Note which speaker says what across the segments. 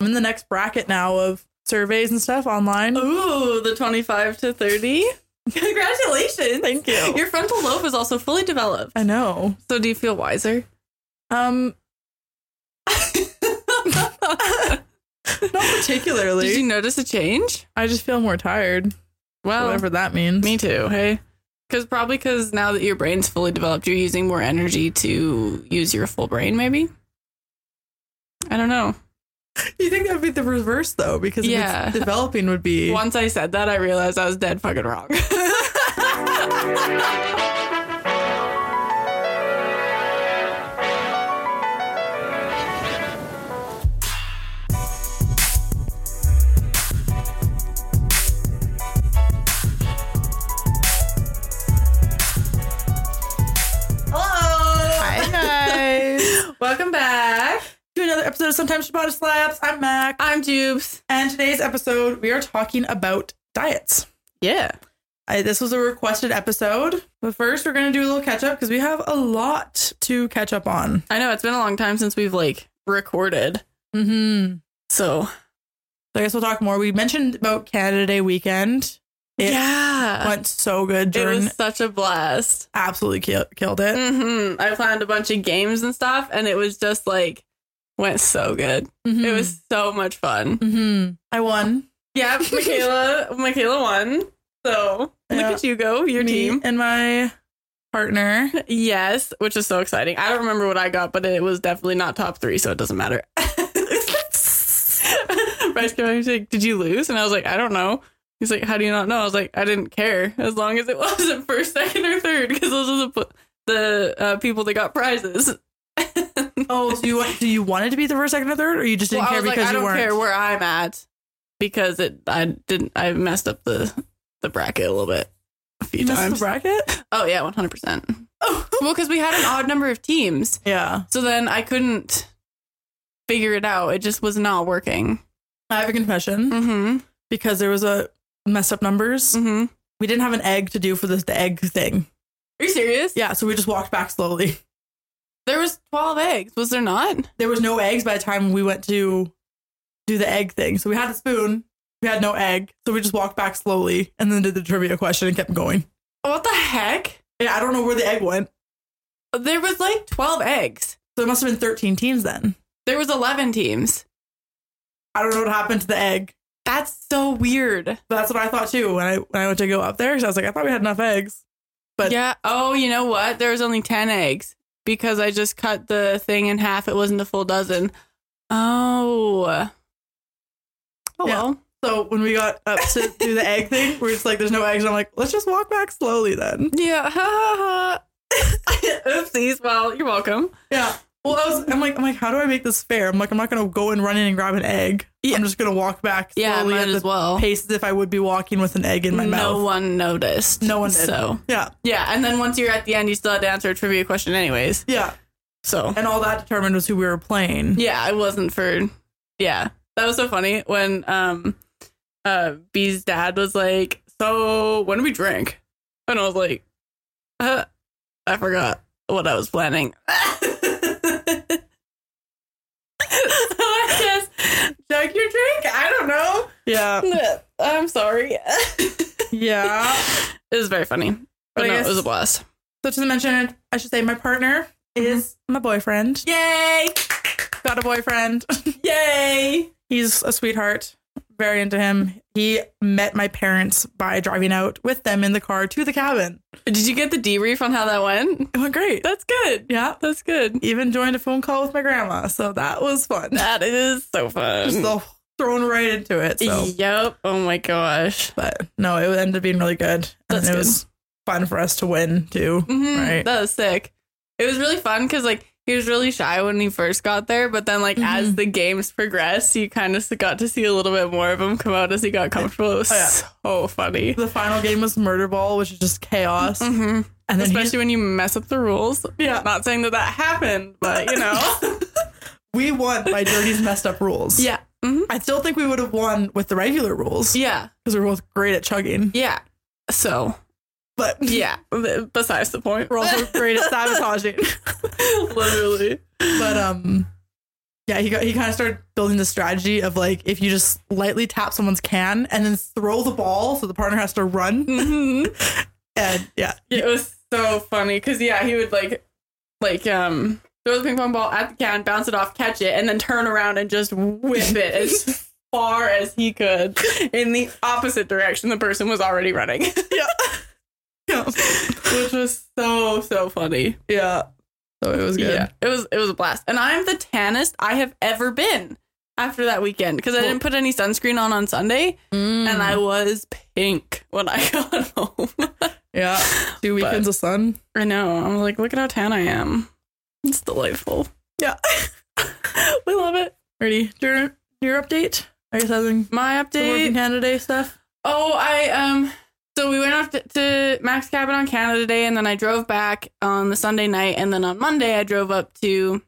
Speaker 1: I'm in the next bracket now of surveys and stuff online.
Speaker 2: Ooh, the 25 to 30. Congratulations.
Speaker 1: Thank you.
Speaker 2: Your frontal lobe is also fully developed.
Speaker 1: I know.
Speaker 2: So do you feel wiser?
Speaker 1: Um,
Speaker 2: Did
Speaker 1: not particularly.
Speaker 2: you notice a change?
Speaker 1: I just feel more tired.
Speaker 2: Well,
Speaker 1: whatever that means.
Speaker 2: me too. Hey. Cuz probably cuz now that your brain's fully developed, you're using more energy to use your full brain maybe? I don't know.
Speaker 1: You think that would be the reverse though? Because if it's
Speaker 2: Yeah.
Speaker 1: developing would be.
Speaker 2: Once I said that, I realized I was dead fucking wrong.
Speaker 1: Hi guys.
Speaker 2: Welcome back.
Speaker 1: to another episode of Sometimes Shabata Slaps. I'm Mac,
Speaker 2: I'm Jubes.
Speaker 1: and today's episode we are talking about diets.
Speaker 2: Yeah.
Speaker 1: I, this was a requested episode, but first we're gonna do a little catch up because we have a lot to catch up on.
Speaker 2: I know it's been a long time since we've like recorded.
Speaker 1: Mm-hmm.
Speaker 2: So
Speaker 1: So I guess we'll talk more. We mentioned about Canada Day weekend. It
Speaker 2: yeah,
Speaker 1: went so good.
Speaker 2: it
Speaker 1: Jordan
Speaker 2: was such a blast.
Speaker 1: absolutely kill- killed it.
Speaker 2: hmm I planned a bunch of games and stuff, and it was just like went so good. Mm-hmm. It was so much fun.
Speaker 1: Mm-hmm. I won.
Speaker 2: Yeah, Michaela, Michaela won. So
Speaker 1: Yeah.
Speaker 2: look at you go, your
Speaker 1: Me
Speaker 2: team.
Speaker 1: and my partner.
Speaker 2: Yes, which is so exciting. I don't remember what I got, but it was definitely not top three, so it doesn't matter. Bryce came back, he's like, Did you lose? And I was like, I don't know. He's like, How do you not know? I was like, I didn't care as long as it wasn't first, second, or third, because those are the, p- the uh, people that got prizes.
Speaker 1: Oh, do you do you want it to be the first, second, or third, or you just didn't
Speaker 2: Well, I
Speaker 1: care
Speaker 2: was like,
Speaker 1: because
Speaker 2: I
Speaker 1: you
Speaker 2: don't
Speaker 1: weren't?
Speaker 2: care where I'm at because it I didn't I messed up the the bracket a little bit a few
Speaker 1: you missed the
Speaker 2: times.
Speaker 1: bracket.
Speaker 2: oh yeah, one hundred percent.
Speaker 1: Oh.
Speaker 2: Well, because we had an odd number of teams.
Speaker 1: Yeah,
Speaker 2: So then I couldn't figure it out. It just was not working.
Speaker 1: I have a confession
Speaker 2: Mm-hmm.
Speaker 1: because there was a messed up numbers.
Speaker 2: Mm-hmm.
Speaker 1: We didn't have an egg to do for this the egg thing.
Speaker 2: Are you serious?
Speaker 1: Yeah, so we just walked back slowly.
Speaker 2: There was twelve eggs, was there not?
Speaker 1: There was no eggs by the time we went to do the egg thing. So we had the spoon. We had no egg, so we just walked back slowly and then did the trivia question and kept going.
Speaker 2: What the heck?
Speaker 1: Yeah, I don't know where the egg went.
Speaker 2: There was like twelve eggs.
Speaker 1: So it must have been 13 teams then.
Speaker 2: There was eleven teams.
Speaker 1: I don't know what happened to the egg.
Speaker 2: That's so weird.
Speaker 1: But that's what I thought too when I when I went to go up there. 'cause I was like, I thought we had enough eggs. But-
Speaker 2: yeah. Oh, you know what? There was only ten eggs because I just cut the thing in half. It wasn't a full dozen. Oh. Oh
Speaker 1: Yeah.
Speaker 2: well.
Speaker 1: So when we got up to do the egg thing, we're just like, there's no eggs. And I'm like, let's just walk back slowly then.
Speaker 2: Yeah. Oopsies. Well, you're welcome.
Speaker 1: Yeah. Well, I was, I'm like, I'm like, how do I make this fair? I'm like, I'm not gonna go and run in and grab an egg.
Speaker 2: Yeah.
Speaker 1: I'm just gonna walk back slowly
Speaker 2: Yeah, might
Speaker 1: at the
Speaker 2: as well.
Speaker 1: pace as if I would be walking with an egg in my
Speaker 2: Oh. no
Speaker 1: mouth.
Speaker 2: one noticed.
Speaker 1: No one did.
Speaker 2: So
Speaker 1: Yeah,
Speaker 2: yeah, and then once you're at the end, you still had to answer a trivia question, anyways.
Speaker 1: yeah.
Speaker 2: So
Speaker 1: And all that determined was who we were playing.
Speaker 2: yeah, it wasn't for. Yeah, that was so funny when um, uh, B's dad was like, "So when do we drink?" And I was like, uh, "I forgot what I was planning." so I just chug your drink. I don't know.
Speaker 1: Yeah,
Speaker 2: I'm sorry.
Speaker 1: yeah.
Speaker 2: It was very funny. But
Speaker 1: I
Speaker 2: no,
Speaker 1: guess-
Speaker 2: it was a blast.
Speaker 1: so to the mention, I should say my partner
Speaker 2: Mm-hmm.
Speaker 1: is my boyfriend.
Speaker 2: Yay!
Speaker 1: Got a boyfriend.
Speaker 2: Yay!
Speaker 1: He's a sweetheart. Very into him. He met my parents by driving out with them in the car to the cabin.
Speaker 2: Did you get the debrief on how that went?
Speaker 1: It went great.
Speaker 2: That's good.
Speaker 1: Yeah.
Speaker 2: That's good.
Speaker 1: Even joined a phone call with my grandma. So that was fun.
Speaker 2: That is so fun.
Speaker 1: Just all thrown right into it. So,
Speaker 2: Yep. Oh my gosh.
Speaker 1: but no, it ended up being really good. And
Speaker 2: That's
Speaker 1: it was fun for us to win too.
Speaker 2: Mhm.
Speaker 1: Right.
Speaker 2: That was sick. It was really fun because like he was really shy when he first got there, but then like as the games progressed, you kind of got to see a little bit more of him come out as he got comfortable. It was
Speaker 1: Oh, yeah.
Speaker 2: so funny.
Speaker 1: The final game was murder ball, which is just chaos.
Speaker 2: hmm
Speaker 1: And then
Speaker 2: Especially when you mess up the rules.
Speaker 1: he- yeah,
Speaker 2: Not saying that that happened, but you know.
Speaker 1: we won by Dirty's messed up rules.
Speaker 2: yeah. hmm
Speaker 1: I still think we would have won with the regular rules
Speaker 2: Yeah.
Speaker 1: because we're both great at chugging.
Speaker 2: Yeah. So,
Speaker 1: But
Speaker 2: yeah, b- besides the point.
Speaker 1: we're also great at sabotaging.
Speaker 2: Literally.
Speaker 1: but um Yeah, he got, he kind of started building the strategy of like if you just lightly tap someone's can and then throw the ball, so the partner has to run.
Speaker 2: Mhm.
Speaker 1: And yeah,
Speaker 2: It was so funny because yeah, he would like like um throw the ping pong ball at the can, bounce it off, catch it, and then turn around and just whip it as far as he could in the opposite direction the person was already running,
Speaker 1: yeah,
Speaker 2: which was so so funny.
Speaker 1: yeah. So it was good.
Speaker 2: Yeah, it was it was a blast, and I'm the tannest I have ever been after that weekend because I
Speaker 1: Well-
Speaker 2: didn't put any sunscreen on on Sunday, and
Speaker 1: And
Speaker 2: I was pink when I got home.
Speaker 1: yeah, two
Speaker 2: But-
Speaker 1: weekends of sun.
Speaker 2: I know. I'm like, look at how tan I am. It's delightful.
Speaker 1: Yeah.
Speaker 2: we love it.
Speaker 1: Ready? Your your update? Are you having
Speaker 2: My
Speaker 1: the work in
Speaker 2: update.
Speaker 1: Canada Day stuff?
Speaker 2: Oh, I um. So we went off to, to Max Cabin on Canada Day, and then I drove back on the Sunday night, and then on Monday I drove up to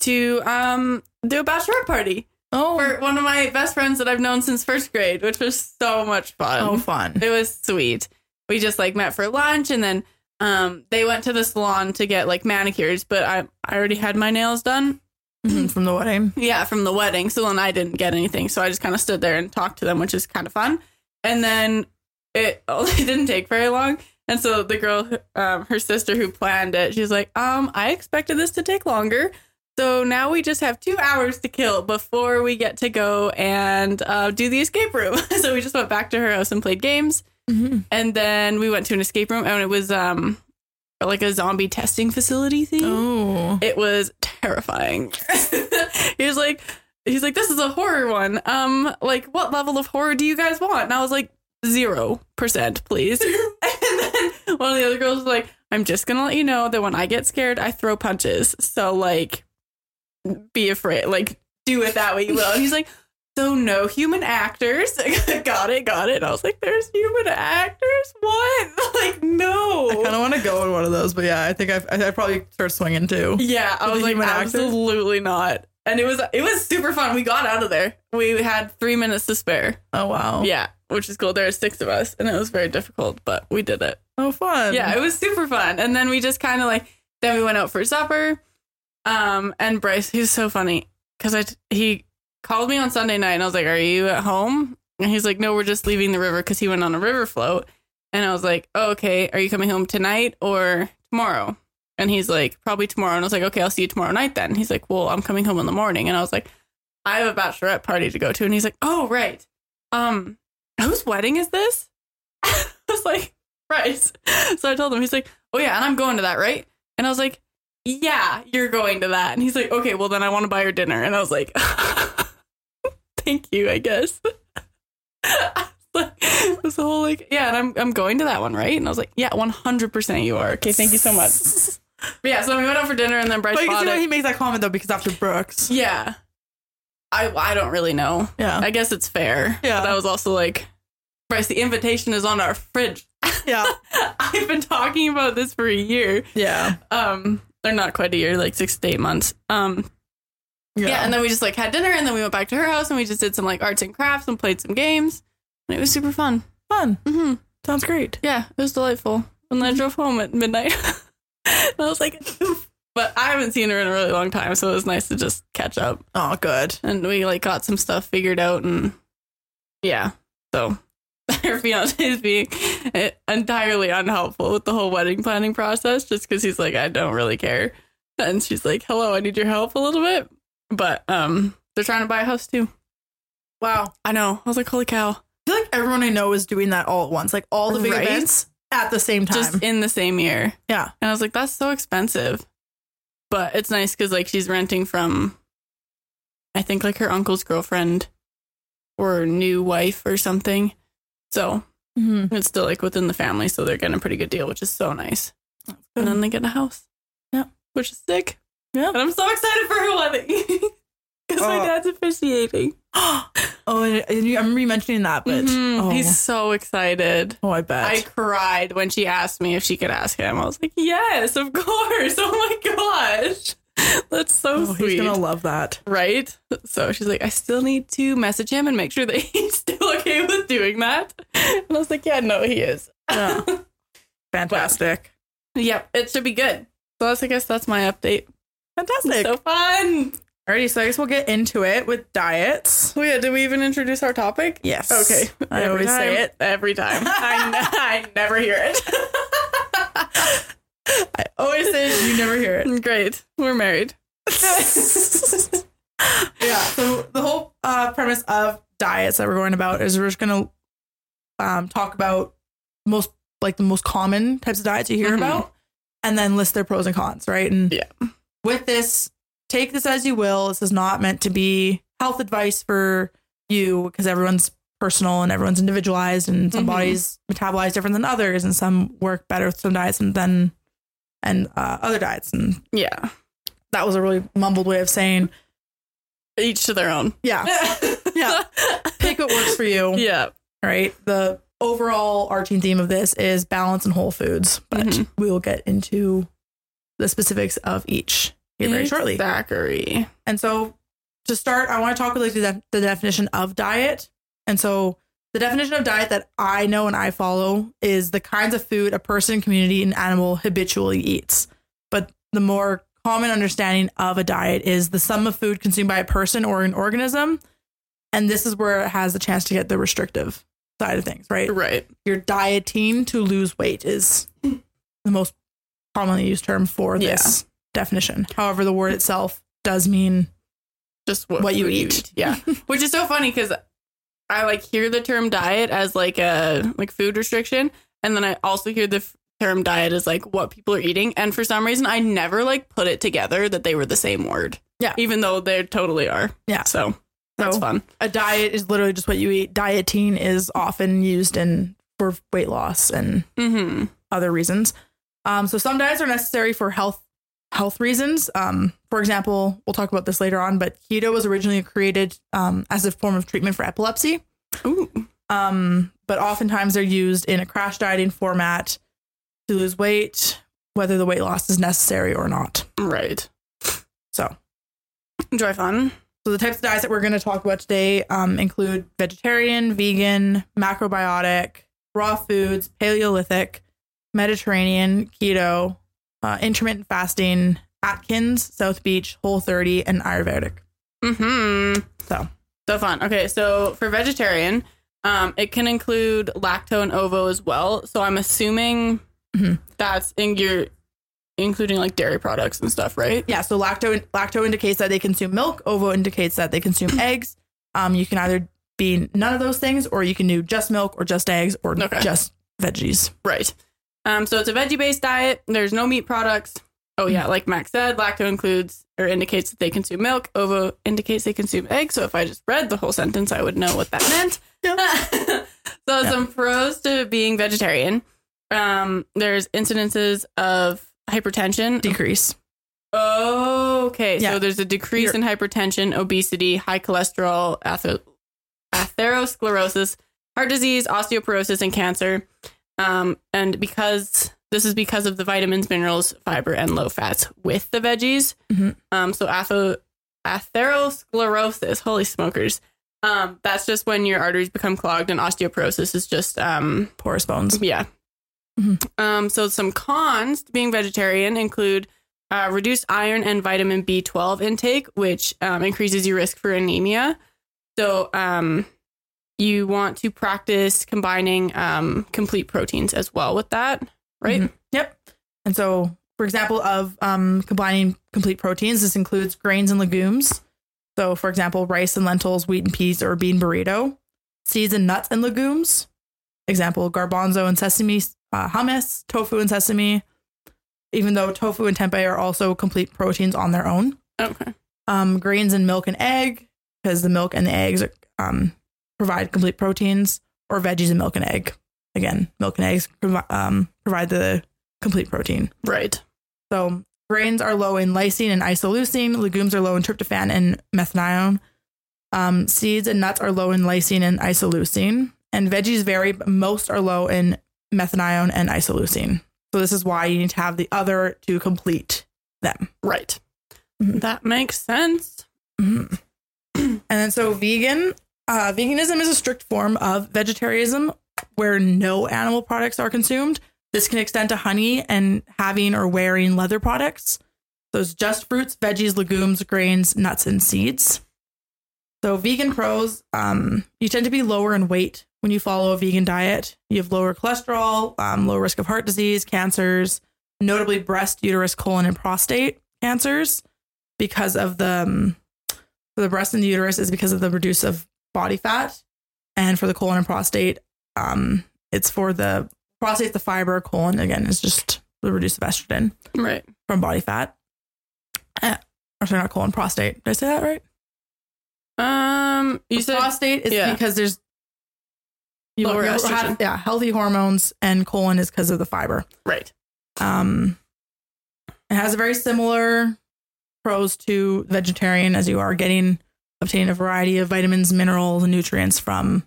Speaker 2: to um do a bachelorette party
Speaker 1: Oh,
Speaker 2: for one of my best friends that I've known since first grade, which was so much fun.
Speaker 1: oh, fun.
Speaker 2: um, It was sweet. We just like met for lunch and then um they went to the salon to get like manicures, but I I already had my nails done.
Speaker 1: Mhm, From the wedding.
Speaker 2: Yeah, from the wedding. So then I didn't get anything. So I just kind of stood there and talked to them, which is kind of fun. And then it only didn't take very long. And so the girl, um, her sister who planned it, she's like, um, I expected this to take longer. So now we just have two hours to kill before we get to go and uh, do the escape room. so we just went back to her house and played games. And then we went to an escape room and it was um like a zombie testing facility thing.
Speaker 1: Oh,
Speaker 2: It was terrifying. he was like he's like, This is a horror one. Um, like what level of horror do you guys want? And I was like, zero percent, please. and then one of the other girls was like, I'm just gonna let you know that when I get scared, I throw punches. So like be afraid. Like, do it that way you will. And he's like, so no human actors. got it, got it. And I was like, there's human actors? What? Like, no.
Speaker 1: I kind of want to go in one of those, but yeah, I think I've, I I probably start swinging too.
Speaker 2: Yeah, I
Speaker 1: With
Speaker 2: was
Speaker 1: the
Speaker 2: like,
Speaker 1: human actor?
Speaker 2: absolutely not. And it was it was super fun. We got out of there. We had three minutes to spare.
Speaker 1: Oh wow.
Speaker 2: Yeah, which is cool. There were six of us, and it was very difficult, but we did it.
Speaker 1: Oh fun.
Speaker 2: Yeah, it was super fun. And then we just kind of like then we went out for supper. Um, and Bryce, he's so funny because I t- he called me on Sunday night, and I was like, "Are you at home?" And he's like, "No, we're just leaving the river because he went on a river float." And I was like, oh, "Okay, are you coming home tonight or tomorrow?" And he's like, "Probably tomorrow." And I was like, "Okay, I'll see you tomorrow night then." He's like, "Well, I'm coming home in the morning." And I was like, "I have a bachelorette party to go to." And he's like, "Oh, right. Um, whose wedding is this?" I was like, Bryce. So I told him, he's like, oh yeah, and I'm going to that, right? And I was like, yeah, you're going to that. And he's like, okay, well then I want to buy her dinner. And I was like, thank you, I guess. I was like, it was the whole like, yeah, and I'm I'm going to that one, right? And I was like, yeah, 100 percent you are. Okay, thank you so much. But yeah, so we went out for dinner, and then Bryce
Speaker 1: But you can
Speaker 2: bought
Speaker 1: see why
Speaker 2: it.
Speaker 1: he makes that comment though, because after Brooks.
Speaker 2: yeah, I I don't really know.
Speaker 1: Yeah.
Speaker 2: I guess it's fair.
Speaker 1: Yeah.
Speaker 2: but I was also like, Bryce, the invitation is on our fridge.
Speaker 1: Yeah.
Speaker 2: I've been talking about this for a year.
Speaker 1: Yeah.
Speaker 2: Um, they're not quite a year, like six to eight months. Um, yeah. and then we just like had dinner, and then we went back to her house, and we just did some like arts and crafts and played some games, and it was super fun.
Speaker 1: fun.
Speaker 2: hmm
Speaker 1: Sounds great.
Speaker 2: Yeah, it was delightful. And then I drove home at midnight, and I was like, "Oof." but I haven't seen her in a really long time, so it was nice to just catch up,
Speaker 1: Oh, good.
Speaker 2: and we like got some stuff figured out, and yeah, so. Her fiance is being eh, entirely unhelpful with the whole wedding planning process just because he's like, I don't really care. And she's like, Hello, I need your help a little bit. But um they're trying to buy a house too.
Speaker 1: Wow.
Speaker 2: I know. I was like, Holy cow.
Speaker 1: I feel like everyone I know is doing that all at once, like all the big
Speaker 2: Right?
Speaker 1: events at the same time.
Speaker 2: Just in the same year.
Speaker 1: yeah.
Speaker 2: And I was like, That's so expensive. But it's nice because like she's renting from I think like her uncle's girlfriend or new wife or something. So
Speaker 1: Mm-hmm.
Speaker 2: it's still like within the family, so they're getting a pretty good deal, which is so nice. and
Speaker 1: Mm.
Speaker 2: then they get a house.
Speaker 1: Yeah.
Speaker 2: Which is sick.
Speaker 1: Yeah.
Speaker 2: And I'm so excited for her wedding. Because my
Speaker 1: Oh.
Speaker 2: dad's officiating.
Speaker 1: oh, and, and you, I remember you mentioning that, but
Speaker 2: Mhm.
Speaker 1: oh,
Speaker 2: He's so excited.
Speaker 1: oh, I bet.
Speaker 2: I cried when she asked me if she could ask him. I was like, yes, of course. Oh my gosh. That's so
Speaker 1: oh,
Speaker 2: sweet.
Speaker 1: he's gonna love that.
Speaker 2: right? So she's like, I still need to message him and make sure that he's still okay with doing that. And I was like, yeah, no, he is.
Speaker 1: Yeah. Fantastic.
Speaker 2: Yep, it should be good. So that's, I guess that's my update.
Speaker 1: Fantastic.
Speaker 2: So fun.
Speaker 1: Alrighty, so I guess we'll get into it with diets.
Speaker 2: Oh yeah, did we even introduce our topic?
Speaker 1: Yes.
Speaker 2: Okay.
Speaker 1: I
Speaker 2: Every
Speaker 1: always
Speaker 2: time.
Speaker 1: say it.
Speaker 2: every time. I, ne- I never hear
Speaker 1: I always say it. You never hear it.
Speaker 2: it. Great. We're married.
Speaker 1: yeah. So the whole uh, premise of diets that we're going about is we're just gonna um, talk about most like the most common types of diets you hear
Speaker 2: Mhm.
Speaker 1: about, and then list their pros and cons, right? And
Speaker 2: Yeah.
Speaker 1: with this, take this as you will. This is not meant to be health advice for you because everyone's personal and everyone's individualized, and some
Speaker 2: Mhm.
Speaker 1: bodies metabolize different than others, and some work better with some diets and then and uh, other diets. And
Speaker 2: Yeah.
Speaker 1: that was a really mumbled way of saying,
Speaker 2: Each to their own.
Speaker 1: yeah,
Speaker 2: yeah.
Speaker 1: pick what works for you.
Speaker 2: Yeah.
Speaker 1: Right. The overall arching theme of this is balance and whole foods, but
Speaker 2: Mhm.
Speaker 1: we will get into the specifics of each here very
Speaker 2: Mm-hmm.
Speaker 1: shortly.
Speaker 2: Zachary.
Speaker 1: And so to start, I want to talk with like the, def- the definition of diet. And so the definition of diet that I know and I follow is the kinds of food a person, community, and animal habitually eats. But the more common understanding of a diet is the sum of food consumed by a person or an organism. And this is where it has the chance to get the restrictive side of things, right?
Speaker 2: Right.
Speaker 1: You're dieting to lose weight is the most commonly used term for
Speaker 2: Yeah.
Speaker 1: this definition. However, the word itself does mean
Speaker 2: Just what,
Speaker 1: What you
Speaker 2: food
Speaker 1: eat.
Speaker 2: Yeah. Which is so funny because I like hear the term diet as like a like food restriction, and then I also hear the f- term diet as like what people are eating. And for some reason, I never like put it together that they were the same word.
Speaker 1: Yeah.
Speaker 2: Even though they totally are.
Speaker 1: Yeah.
Speaker 2: So that's
Speaker 1: So,
Speaker 2: fun.
Speaker 1: a diet is literally just what you eat. Dieting is often used in for weight loss and
Speaker 2: Mm-hmm.
Speaker 1: other reasons. Um, so some diets are necessary for health health reasons. Um, for example, we'll talk about this later on, but keto was originally created um, as a form of treatment for epilepsy.
Speaker 2: Ooh.
Speaker 1: Um, but oftentimes they're used in a crash dieting format to lose weight, whether the weight loss is necessary or not.
Speaker 2: Right.
Speaker 1: So
Speaker 2: Enjoy fun.
Speaker 1: So the types of diets that we're going to talk about today um, include vegetarian, vegan, macrobiotic, raw foods, Paleolithic, Mediterranean, keto, uh, intermittent fasting, Atkins, South Beach, Whole 30, and Ayurvedic.
Speaker 2: Hmm.
Speaker 1: So.
Speaker 2: so fun. Okay, so for vegetarian, um, it can include lacto and ovo as well. So I'm assuming
Speaker 1: Mhm.
Speaker 2: that's in your including like dairy products and stuff, right?
Speaker 1: Yeah, so lacto lacto indicates that they consume milk. Ovo indicates that they consume eggs. Um, you can either be none of those things, or you can do just milk, or just eggs, or
Speaker 2: Okay.
Speaker 1: just veggies.
Speaker 2: Right. Um, so it's a veggie based diet. There's no meat products. Oh yeah, like Max said, lacto includes or indicates that they consume milk. Ovo indicates they consume eggs. So if I just read the whole sentence, I would know what that meant. so
Speaker 1: Yeah.
Speaker 2: some pros to being vegetarian. Um, there's incidences of hypertension.
Speaker 1: Decrease.
Speaker 2: oh, okay.
Speaker 1: Yeah.
Speaker 2: So there's a decrease in hypertension, obesity, high cholesterol, ather- atherosclerosis, heart disease, osteoporosis, and cancer. Um, and because this is because of the vitamins, minerals, fiber, and low fats with the veggies.
Speaker 1: Mhm.
Speaker 2: Um, so atho- atherosclerosis, holy smokers. Um, that's just when your arteries become clogged, and osteoporosis is just um,
Speaker 1: Porous bones.
Speaker 2: yeah.
Speaker 1: Mhm.
Speaker 2: Um, so some cons to being vegetarian include uh, reduced iron and vitamin B12 intake, which um, increases your risk for anemia. So um, you want to practice combining um, complete proteins as well with that, right?
Speaker 1: Mhm. Yep. And so, for example, of um, combining complete proteins, this includes grains and legumes. So, for example, rice and lentils, wheat and peas, or bean burrito, seeds and nuts and legumes. Example: garbanzo and sesame uh, hummus, tofu and sesame. Even though tofu and tempeh are also complete proteins on their own,
Speaker 2: Okay.
Speaker 1: um, grains and milk and egg because the milk and the eggs um, provide complete proteins, or veggies and milk and egg. Again, milk and eggs provi- um, provide the complete protein.
Speaker 2: Right.
Speaker 1: So grains are low in lysine and isoleucine. Legumes are low in tryptophan and methionine. Um, seeds and nuts are low in lysine and isoleucine, and veggies vary, but most are low in methionine and isoleucine. So this is why you need to have the other to complete them.
Speaker 2: Right.
Speaker 1: Mhm.
Speaker 2: That makes sense.
Speaker 1: Mhm. and then so vegan uh, veganism is a strict form of vegetarianism where no animal products are consumed this can extend to honey and having or wearing leather products Those just fruits, veggies, legumes, grains, nuts, and seeds. So vegan pros, um, you tend to be lower in weight when you follow a vegan diet. You have lower cholesterol, um, low risk of heart disease, cancers, notably breast, uterus, colon, and prostate cancers because of the um, for the breast and the uterus is because of the reduce of body fat, and for the colon and prostate, um, it's for the prostate's the fiber, colon again is just the reduce of estrogen
Speaker 2: Right.
Speaker 1: from body fat. Eh, or sorry, not colon, prostate. Did I say that right?
Speaker 2: Um, you
Speaker 1: The
Speaker 2: said
Speaker 1: prostate is
Speaker 2: yeah.
Speaker 1: because there's you
Speaker 2: Lower
Speaker 1: you'll have-
Speaker 2: estrogen.
Speaker 1: yeah, healthy hormones, and colon is because of the fiber.
Speaker 2: right.
Speaker 1: Um, it has a very similar pros to vegetarian, as you are getting obtaining a variety of vitamins, minerals, and nutrients from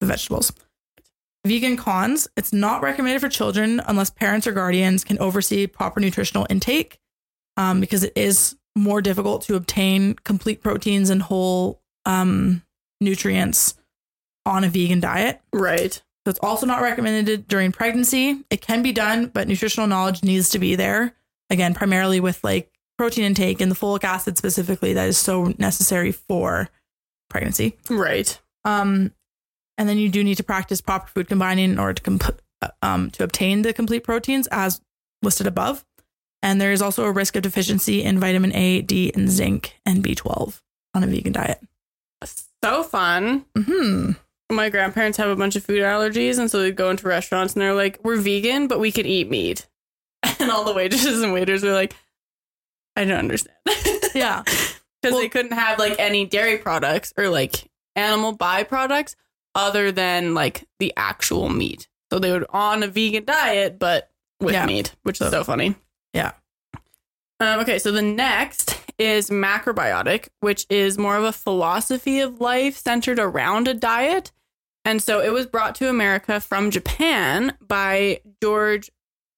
Speaker 1: the vegetables. Vegan cons: It's not recommended for children unless parents or guardians can oversee proper nutritional intake, um, because it is more difficult to obtain complete proteins and whole um, nutrients on a vegan diet.
Speaker 2: Right.
Speaker 1: So it's also not recommended during pregnancy. It can be done, but nutritional knowledge needs to be there. Again, primarily with like protein intake and the folic acid specifically that is so necessary for pregnancy.
Speaker 2: Right.
Speaker 1: Um, and then you do need to practice proper food combining in order to comp- uh, um, to obtain the complete proteins as listed above. And there is also a risk of deficiency in vitamin A, D, and zinc and B12 on a vegan diet.
Speaker 2: So fun.
Speaker 1: Hmm.
Speaker 2: My grandparents have a bunch of food allergies, and so they go into restaurants and they're like, "We're vegan, but we could eat meat." And all the waitresses and waiters were like, "I don't understand," because
Speaker 1: Yeah.
Speaker 2: they couldn't have like any dairy products or like animal byproducts other than like the actual meat. So they would on a vegan diet, but with
Speaker 1: Yeah.
Speaker 2: meat, which is so funny.
Speaker 1: Yeah.
Speaker 2: Um, okay, so the next is macrobiotic, which is more of a philosophy of life centered around a diet. And so it was brought to America from Japan by George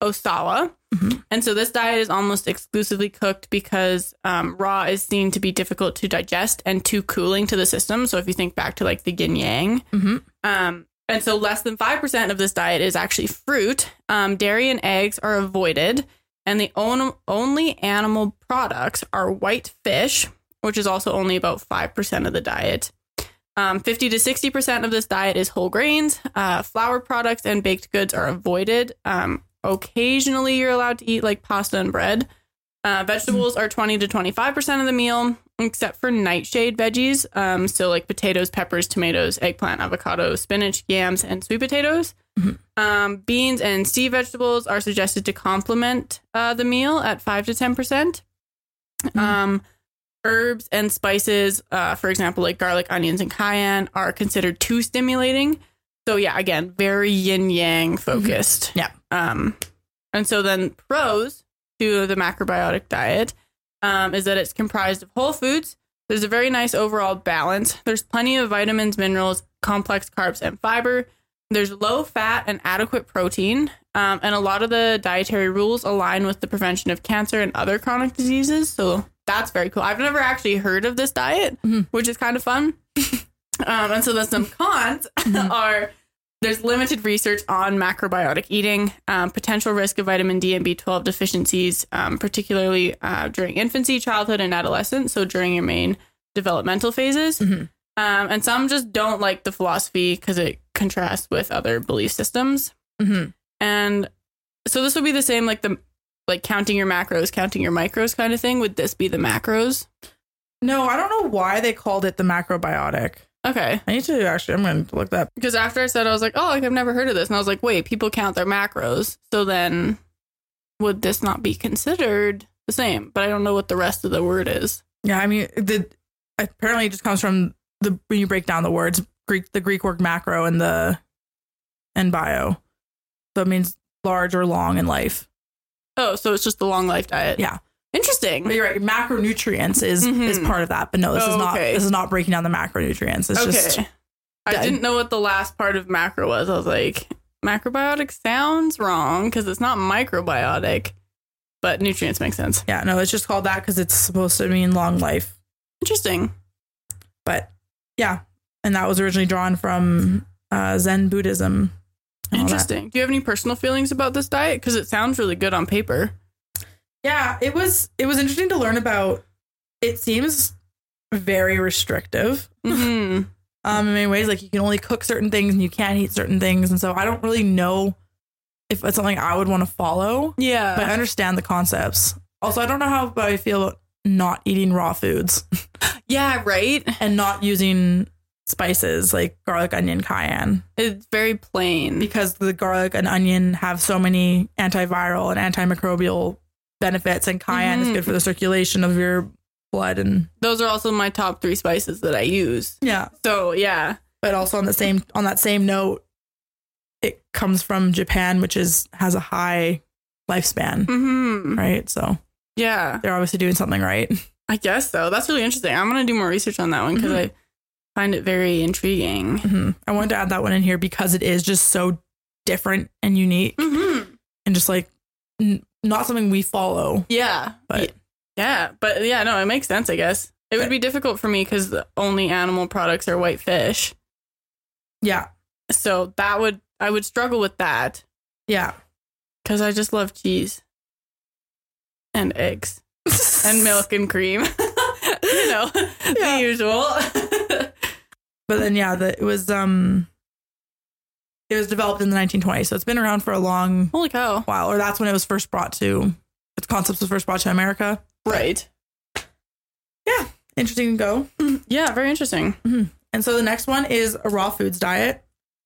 Speaker 2: Osawa.
Speaker 1: Mhm.
Speaker 2: And so this diet is almost exclusively cooked because um, raw is seen to be difficult to digest and too cooling to the system. So if you think back to like the yin yang,
Speaker 1: Mhm.
Speaker 2: um, and so less than 5% of this diet is actually fruit. Um, dairy and eggs are avoided. And the on- only animal products are white fish, which is also only about 5% of the diet. Um, 50 to 60% of this diet is whole grains. Uh, flour products and baked goods are avoided. Um, occasionally, you're allowed to eat like pasta and bread. Uh, vegetables are 20 to 25% of the meal, except for nightshade veggies. Um, so, like potatoes, peppers, tomatoes, eggplant, avocado, spinach, yams, and sweet potatoes.
Speaker 1: Mhm.
Speaker 2: Um, beans and sea vegetables are suggested to complement uh, the meal at 5 to 10%. percent
Speaker 1: Mhm.
Speaker 2: Um, herbs and spices, uh, for example, like garlic, onions, and cayenne, are considered too stimulating. So, yeah, again, very yin yang focused.
Speaker 1: Yeah.
Speaker 2: Um, and so then pros to the macrobiotic diet um, is that it's comprised of whole foods. There's a very nice overall balance. There's plenty of vitamins, minerals, complex carbs, and fiber. There's low fat and adequate protein. Um, and a lot of the dietary rules align with the prevention of cancer and other chronic diseases. So that's very cool. I've never actually heard of this diet,
Speaker 1: Mhm.
Speaker 2: which is kind of fun. um, and so then some cons
Speaker 1: Mhm.
Speaker 2: are there's limited research on macrobiotic eating, um, potential risk of vitamin D and B12 deficiencies, um, particularly uh, during infancy, childhood, and adolescence. So during your main developmental phases.
Speaker 1: Mhm.
Speaker 2: Um, and some just don't like the philosophy because it contrasts with other belief systems.
Speaker 1: Mhm.
Speaker 2: And so this would be the same, like the like counting your macros, counting your micros kind of thing. Would this be the macros?
Speaker 1: No, I don't know why they called it the macrobiotic.
Speaker 2: Okay,
Speaker 1: I need to actually. I'm going to look that.
Speaker 2: because after I said I was like, oh, like I've never heard of this, and I was like, wait, people count their macros, so then would this not be considered the same? But I don't know what the rest of the word is.
Speaker 1: Yeah, I mean, the apparently it just comes from the when you break down the words Greek, the Greek word macro and the and bio, so it means large or long in life.
Speaker 2: Oh, so it's just the long life diet.
Speaker 1: Yeah.
Speaker 2: interesting.
Speaker 1: But you're right. Macronutrients is
Speaker 2: Mhm.
Speaker 1: is part of that, but no, this is
Speaker 2: Oh,
Speaker 1: not.
Speaker 2: okay.
Speaker 1: This is not breaking down the macronutrients. It's
Speaker 2: okay.
Speaker 1: just
Speaker 2: I
Speaker 1: Yeah.
Speaker 2: didn't know what the last part of macro was. I was like, macrobiotic sounds wrong because it's not microbiotic, but nutrients make sense.
Speaker 1: yeah, no, it's just called that because it's supposed to mean long life.
Speaker 2: Interesting.
Speaker 1: But yeah, and that was originally drawn from uh, Zen Buddhism. and all that.
Speaker 2: Interesting. Do you have any personal feelings about this diet? Because it sounds really good on paper.
Speaker 1: yeah, it was it was interesting to learn about. It seems very restrictive.
Speaker 2: Mhm.
Speaker 1: um, in many ways. Like you can only cook certain things and you can't eat certain things, and so I don't really know if it's something I would want to follow.
Speaker 2: Yeah.
Speaker 1: But I understand the concepts. Also, I don't know how I feel about not eating raw foods
Speaker 2: yeah, right?
Speaker 1: and not using spices like garlic, onion, cayenne,
Speaker 2: It's very plain.
Speaker 1: because the garlic and onion have so many antiviral and antimicrobial benefits, and cayenne
Speaker 2: Mhm.
Speaker 1: is good for the circulation of your blood and
Speaker 2: Those are also my top three spices that I use.
Speaker 1: yeah.
Speaker 2: So, yeah.
Speaker 1: but also on the same on that same note it comes from japan which is has a high lifespan
Speaker 2: hmm
Speaker 1: right so
Speaker 2: Yeah.
Speaker 1: they're obviously doing something right
Speaker 2: I guess so. That's really interesting. I'm going to do more research on that one because
Speaker 1: Mhm.
Speaker 2: I find it very intriguing.
Speaker 1: Mhm. i wanted to add that one in here because it is just so different and unique
Speaker 2: Mm-hmm.
Speaker 1: and just like n- not something we follow
Speaker 2: Yeah.
Speaker 1: But-
Speaker 2: yeah. But yeah, no, it makes sense, I guess. It would be difficult for me because the only animal products are white fish.
Speaker 1: yeah
Speaker 2: So that would, I would struggle with that
Speaker 1: yeah
Speaker 2: because I just love cheese and eggs. and milk and cream. you know,
Speaker 1: Yeah.
Speaker 2: the usual.
Speaker 1: but then yeah the, it was um it was developed in the 1920s so it's been around for a long
Speaker 2: Holy cow.
Speaker 1: while or that's when it was first brought to its concepts was first brought to america
Speaker 2: Right.
Speaker 1: interesting to go
Speaker 2: Yeah, very interesting.
Speaker 1: And so the next one is a raw foods diet,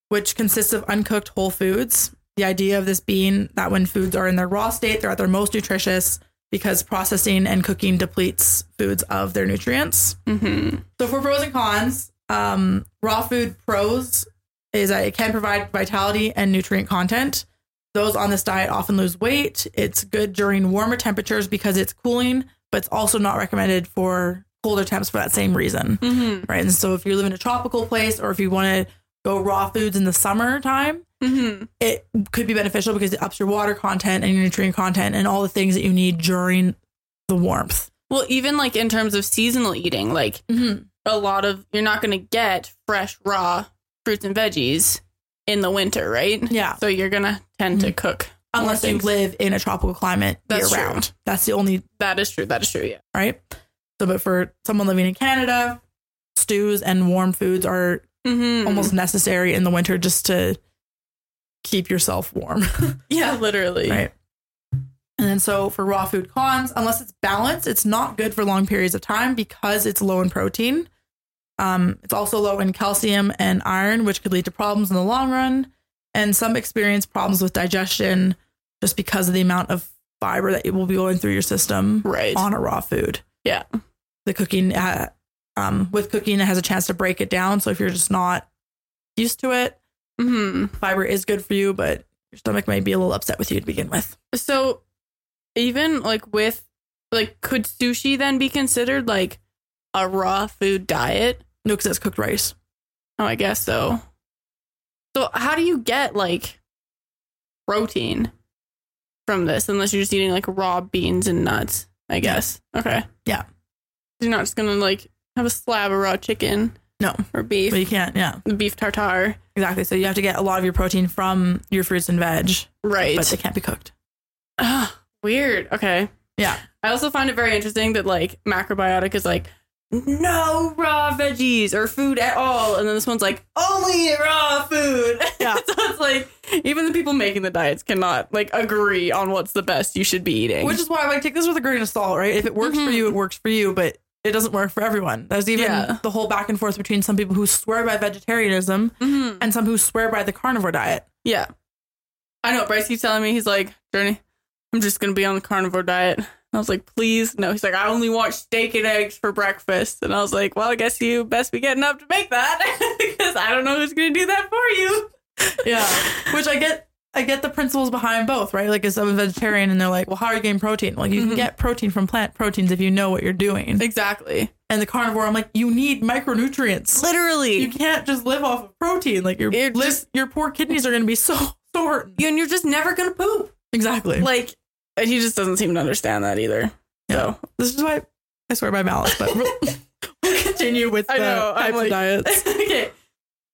Speaker 1: which consists of uncooked whole foods. The idea of this being that when foods are in their raw state, they're at their most nutritious because processing and cooking depletes foods of their nutrients.
Speaker 2: hmm
Speaker 1: So for pros and cons, um, raw food pros is that it can provide vitality and nutrient content. Those on this diet often lose weight. It's good during warmer temperatures because it's cooling, but it's also not recommended for colder temps for that same reason
Speaker 2: hmm
Speaker 1: right? And so if you live in a tropical place or if you want to go raw foods in the summertime,
Speaker 2: hmm
Speaker 1: it could be beneficial because it ups your water content and your nutrient content and all the things that you need during the warmth.
Speaker 2: Well, even like in terms of seasonal eating, like a lot of you're not going to get fresh raw fruits and veggies in the winter, right?
Speaker 1: Yeah. Mm-hmm.
Speaker 2: So you're going to tend to cook more
Speaker 1: Unless you
Speaker 2: things.
Speaker 1: live in a tropical climate
Speaker 2: That's
Speaker 1: year
Speaker 2: true.
Speaker 1: round. That's the only,
Speaker 2: That is true. That is true. Yeah.
Speaker 1: right? So, but for someone living in Canada, stews and warm foods are
Speaker 2: Mm-hmm.
Speaker 1: almost necessary in the winter just to keep yourself warm.
Speaker 2: Yeah, literally.
Speaker 1: Right. And then so for raw food cons, unless it's balanced, it's not good for long periods of time because it's low in protein. Um, it's also low in calcium and iron, which could lead to problems in the long run. And some experience problems with digestion just because of the amount of fiber that it will be going through your system
Speaker 2: Right.
Speaker 1: on a raw food.
Speaker 2: Yeah.
Speaker 1: The cooking, uh, um, with cooking, it has a chance to break it down. So if you're just not used to it,
Speaker 2: hmm
Speaker 1: fiber is good for you, but your stomach may be a little upset with you to begin with.
Speaker 2: So, even like with like, could sushi then be considered like a raw food diet?
Speaker 1: No, because it's cooked rice.
Speaker 2: Oh, I guess so. So, how do you get like protein from this unless you're just eating like raw beans and nuts? I guess. Okay.
Speaker 1: Yeah.
Speaker 2: You're not just gonna like have a slab of raw chicken.
Speaker 1: No.
Speaker 2: Or beef.
Speaker 1: But you can't, yeah.
Speaker 2: Beef tartare.
Speaker 1: Exactly. So you have to get a lot of your protein from your fruits and veg,
Speaker 2: Right.
Speaker 1: but they can't be cooked.
Speaker 2: Ugh, weird. Okay.
Speaker 1: Yeah.
Speaker 2: I also find it very interesting that like macrobiotic is like no raw veggies or food at all, and then this one's like only raw food.
Speaker 1: Yeah.
Speaker 2: so it's like even the people making the diets cannot like agree on what's the best you should be eating.
Speaker 1: Which is why I like take this with a grain of salt, right? If it works for
Speaker 2: Mhm.
Speaker 1: you, it works for you, but it doesn't work for everyone. There's even
Speaker 2: Yeah.
Speaker 1: the whole back and forth between some people who swear by vegetarianism
Speaker 2: Mhm.
Speaker 1: and some who swear by the carnivore diet.
Speaker 2: yeah, I know. Bryce keeps telling me he's like Journey, I'm just gonna be on the carnivore diet. And I was like, please no. He's like, I only want steak and eggs for breakfast, and I was like, well, I guess you best be getting up to make that because I don't know who's gonna do that for you.
Speaker 1: Yeah. Which I get I get the principles behind both, right? Like if someone's vegetarian and they're like, Well, how are you getting protein? Like you
Speaker 2: Mhm.
Speaker 1: can get protein from plant proteins if you know what you're doing.
Speaker 2: Exactly.
Speaker 1: And the carnivore, I'm like, you need micronutrients.
Speaker 2: Literally.
Speaker 1: you can't just live off of protein. Like your
Speaker 2: It
Speaker 1: li-
Speaker 2: just-
Speaker 1: your poor kidneys are going to be so so hurting.
Speaker 2: and you're just never gonna poop.
Speaker 1: Exactly.
Speaker 2: Like and he just doesn't seem to understand that either. So
Speaker 1: this is why I swear by malice, but we'll, we'll continue with the
Speaker 2: I know, I'm
Speaker 1: types
Speaker 2: like-
Speaker 1: of diets.
Speaker 2: okay.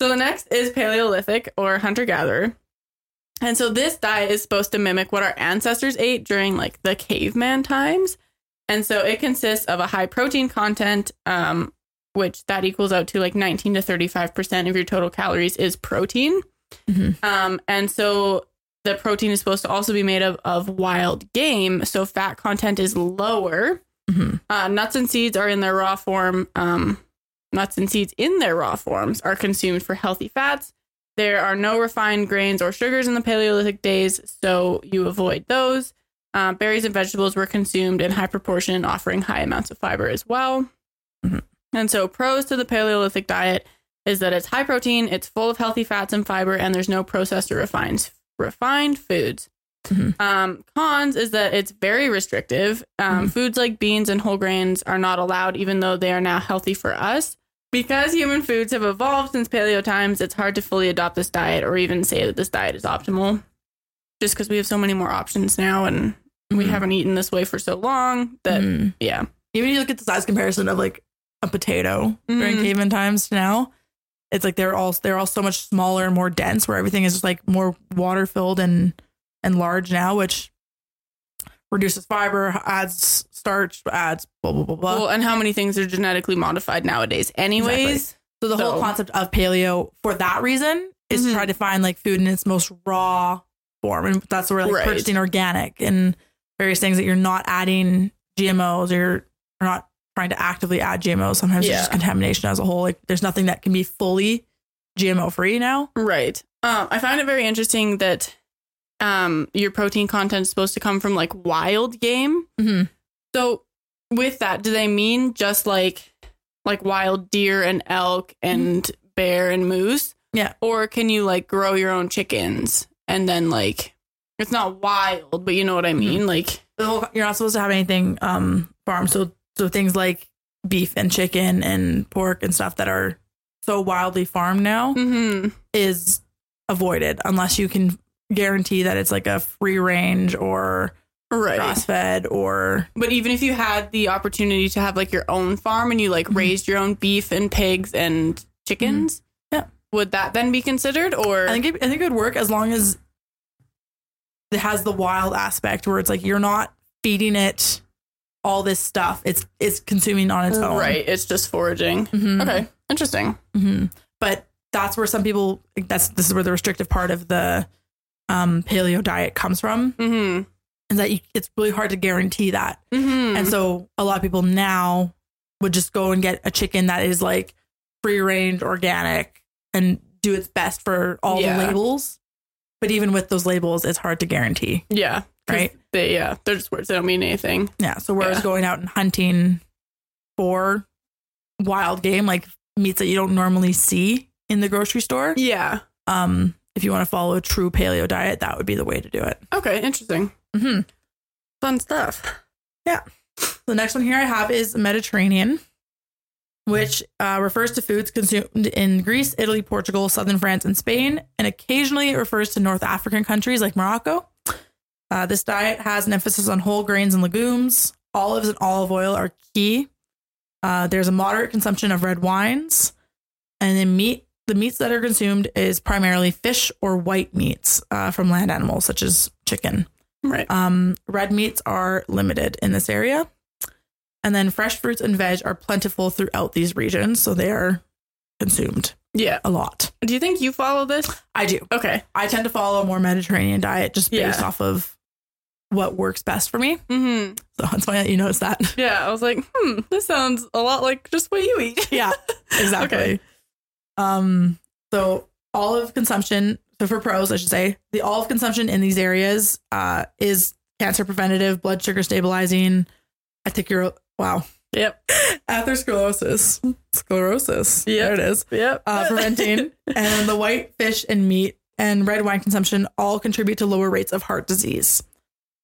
Speaker 2: So the next is Paleolithic or hunter gatherer. And so this diet is supposed to mimic what our ancestors ate during like the caveman times. And so it consists of a high protein content, um, which that equals out to like 19 to 35% of your total calories is protein.
Speaker 1: Mhm.
Speaker 2: Um, and so the protein is supposed to also be made of, of wild game. So fat content is lower.
Speaker 1: Mhm.
Speaker 2: Uh, nuts and seeds are in their raw form. Um, nuts and seeds in their raw forms are consumed for healthy fats. There are no refined grains or sugars in the Paleolithic days, so you avoid those. Uh, berries and vegetables were consumed in high proportion, offering high amounts of fiber as well.
Speaker 1: Mhm.
Speaker 2: And so, pros to the Paleolithic diet is that it's high protein, it's full of healthy fats and fiber, and there's no processed or refined refined foods.
Speaker 1: Mhm.
Speaker 2: Um, cons is that it's very restrictive. Um, Foods like beans and whole grains are not allowed, even though they are now healthy for us. Because human foods have evolved since paleo times, it's hard to fully adopt this diet or even say that this diet is optimal. Just because we have so many more options now and we
Speaker 1: Mhm.
Speaker 2: haven't eaten this way for so long that,
Speaker 1: Mm.
Speaker 2: yeah.
Speaker 1: Even if you look at the size comparison of like a potato during
Speaker 2: Mhm.
Speaker 1: caveman times to now, it's like they're all they're all so much smaller and more dense, where everything is just like more water filled and and large now, which reduces fiber, adds starch, adds blah blah blah blah.
Speaker 2: Well, and how many things are genetically modified nowadays, anyways?
Speaker 1: So the whole
Speaker 2: So-
Speaker 1: concept of paleo for that reason is
Speaker 2: Mhm.
Speaker 1: to try to find like food in its most raw form, and that's where like
Speaker 2: Right.
Speaker 1: purchasing organic and various things that you're not adding GMOs or you're not trying to actively add GMOs. Sometimes it's just
Speaker 2: Yeah.
Speaker 1: contamination as a whole. Like there's nothing that can be fully GMO free now.
Speaker 2: Right. Um, I found it very interesting that um, your protein content is supposed to come from like wild game.
Speaker 1: Mhm.
Speaker 2: So, with that, do they mean just like like wild deer and elk and bear and moose?
Speaker 1: Mm-hmm. Yeah.
Speaker 2: Or can you like grow your own chickens and then like it's not wild, but you know what I mean?
Speaker 1: Mm-hmm.
Speaker 2: Like
Speaker 1: The whole, you're not supposed to have anything um farm. So so things like beef and chicken and pork and stuff that are so wildly farmed now. Mm-hmm.
Speaker 2: hmm
Speaker 1: is avoided unless you can guarantee that it's like a free range or
Speaker 2: right.
Speaker 1: grass fed or
Speaker 2: But even if you had the opportunity to have like your own farm and you like
Speaker 1: Mhm.
Speaker 2: raised your own beef and pigs and chickens,
Speaker 1: Mm-hmm. Yeah.
Speaker 2: would that then be considered? Or
Speaker 1: I think it, I think it would work as long as it has the wild aspect where it's like you're not feeding it all this stuff. It's it's consuming on its own.
Speaker 2: right, it's just foraging.
Speaker 1: Mhm.
Speaker 2: Okay, interesting.
Speaker 1: hmm But that's where some people that's this is where the restrictive part of the um, paleo diet comes from,
Speaker 2: Hmm.
Speaker 1: is that you, it's really hard to guarantee that.
Speaker 2: Hmm.
Speaker 1: And so a lot of people now would just go and get a chicken that is like free range organic and do its best for all
Speaker 2: Yeah.
Speaker 1: the labels. But even with those labels, it's hard to guarantee.
Speaker 2: yeah. 'cause
Speaker 1: Right.
Speaker 2: They yeah. They're just words. They don't mean anything.
Speaker 1: Yeah. So whereas
Speaker 2: Yeah.
Speaker 1: going out and hunting for wild game, like meats that you don't normally see in the grocery store,
Speaker 2: Yeah.
Speaker 1: um, if you want to follow a true paleo diet, that would be the way to do it.
Speaker 2: Okay. Interesting.
Speaker 1: hmm
Speaker 2: Fun stuff.
Speaker 1: The next one here I have is Mediterranean, which uh, refers to foods consumed in Greece, Italy, Portugal, southern France, and Spain, and occasionally it refers to North African countries like Morocco. Uh, this diet has an emphasis on whole grains and legumes. Olives and olive oil are key. Uh, there's a moderate consumption of red wines, and then meat. The meats that are consumed is primarily fish or white meats uh, from land animals such as chicken.
Speaker 2: Right.
Speaker 1: Um, red meats are limited in this area. And then fresh fruits and veg are plentiful throughout these regions. So they are consumed
Speaker 2: Yeah.
Speaker 1: a lot.
Speaker 2: Do you think you follow this?
Speaker 1: I do.
Speaker 2: Okay.
Speaker 1: I tend to follow a more Mediterranean diet just based
Speaker 2: Yeah.
Speaker 1: off of what works best for me.
Speaker 2: Hmm.
Speaker 1: So that's why you notice that.
Speaker 2: Yeah. I was like, hmm. This sounds a lot like just what you eat.
Speaker 1: yeah, exactly.
Speaker 2: Okay.
Speaker 1: Um, so olive consumption, so for pros, I should say, the olive consumption in these areas uh, is cancer preventative, blood sugar stabilizing. I think you're wow.
Speaker 2: Yep.
Speaker 1: Atherosclerosis. Sclerosis.
Speaker 2: Yep.
Speaker 1: There it is.
Speaker 2: Yep.
Speaker 1: Uh, preventing and the white fish and meat and red wine consumption all contribute to lower rates of heart disease.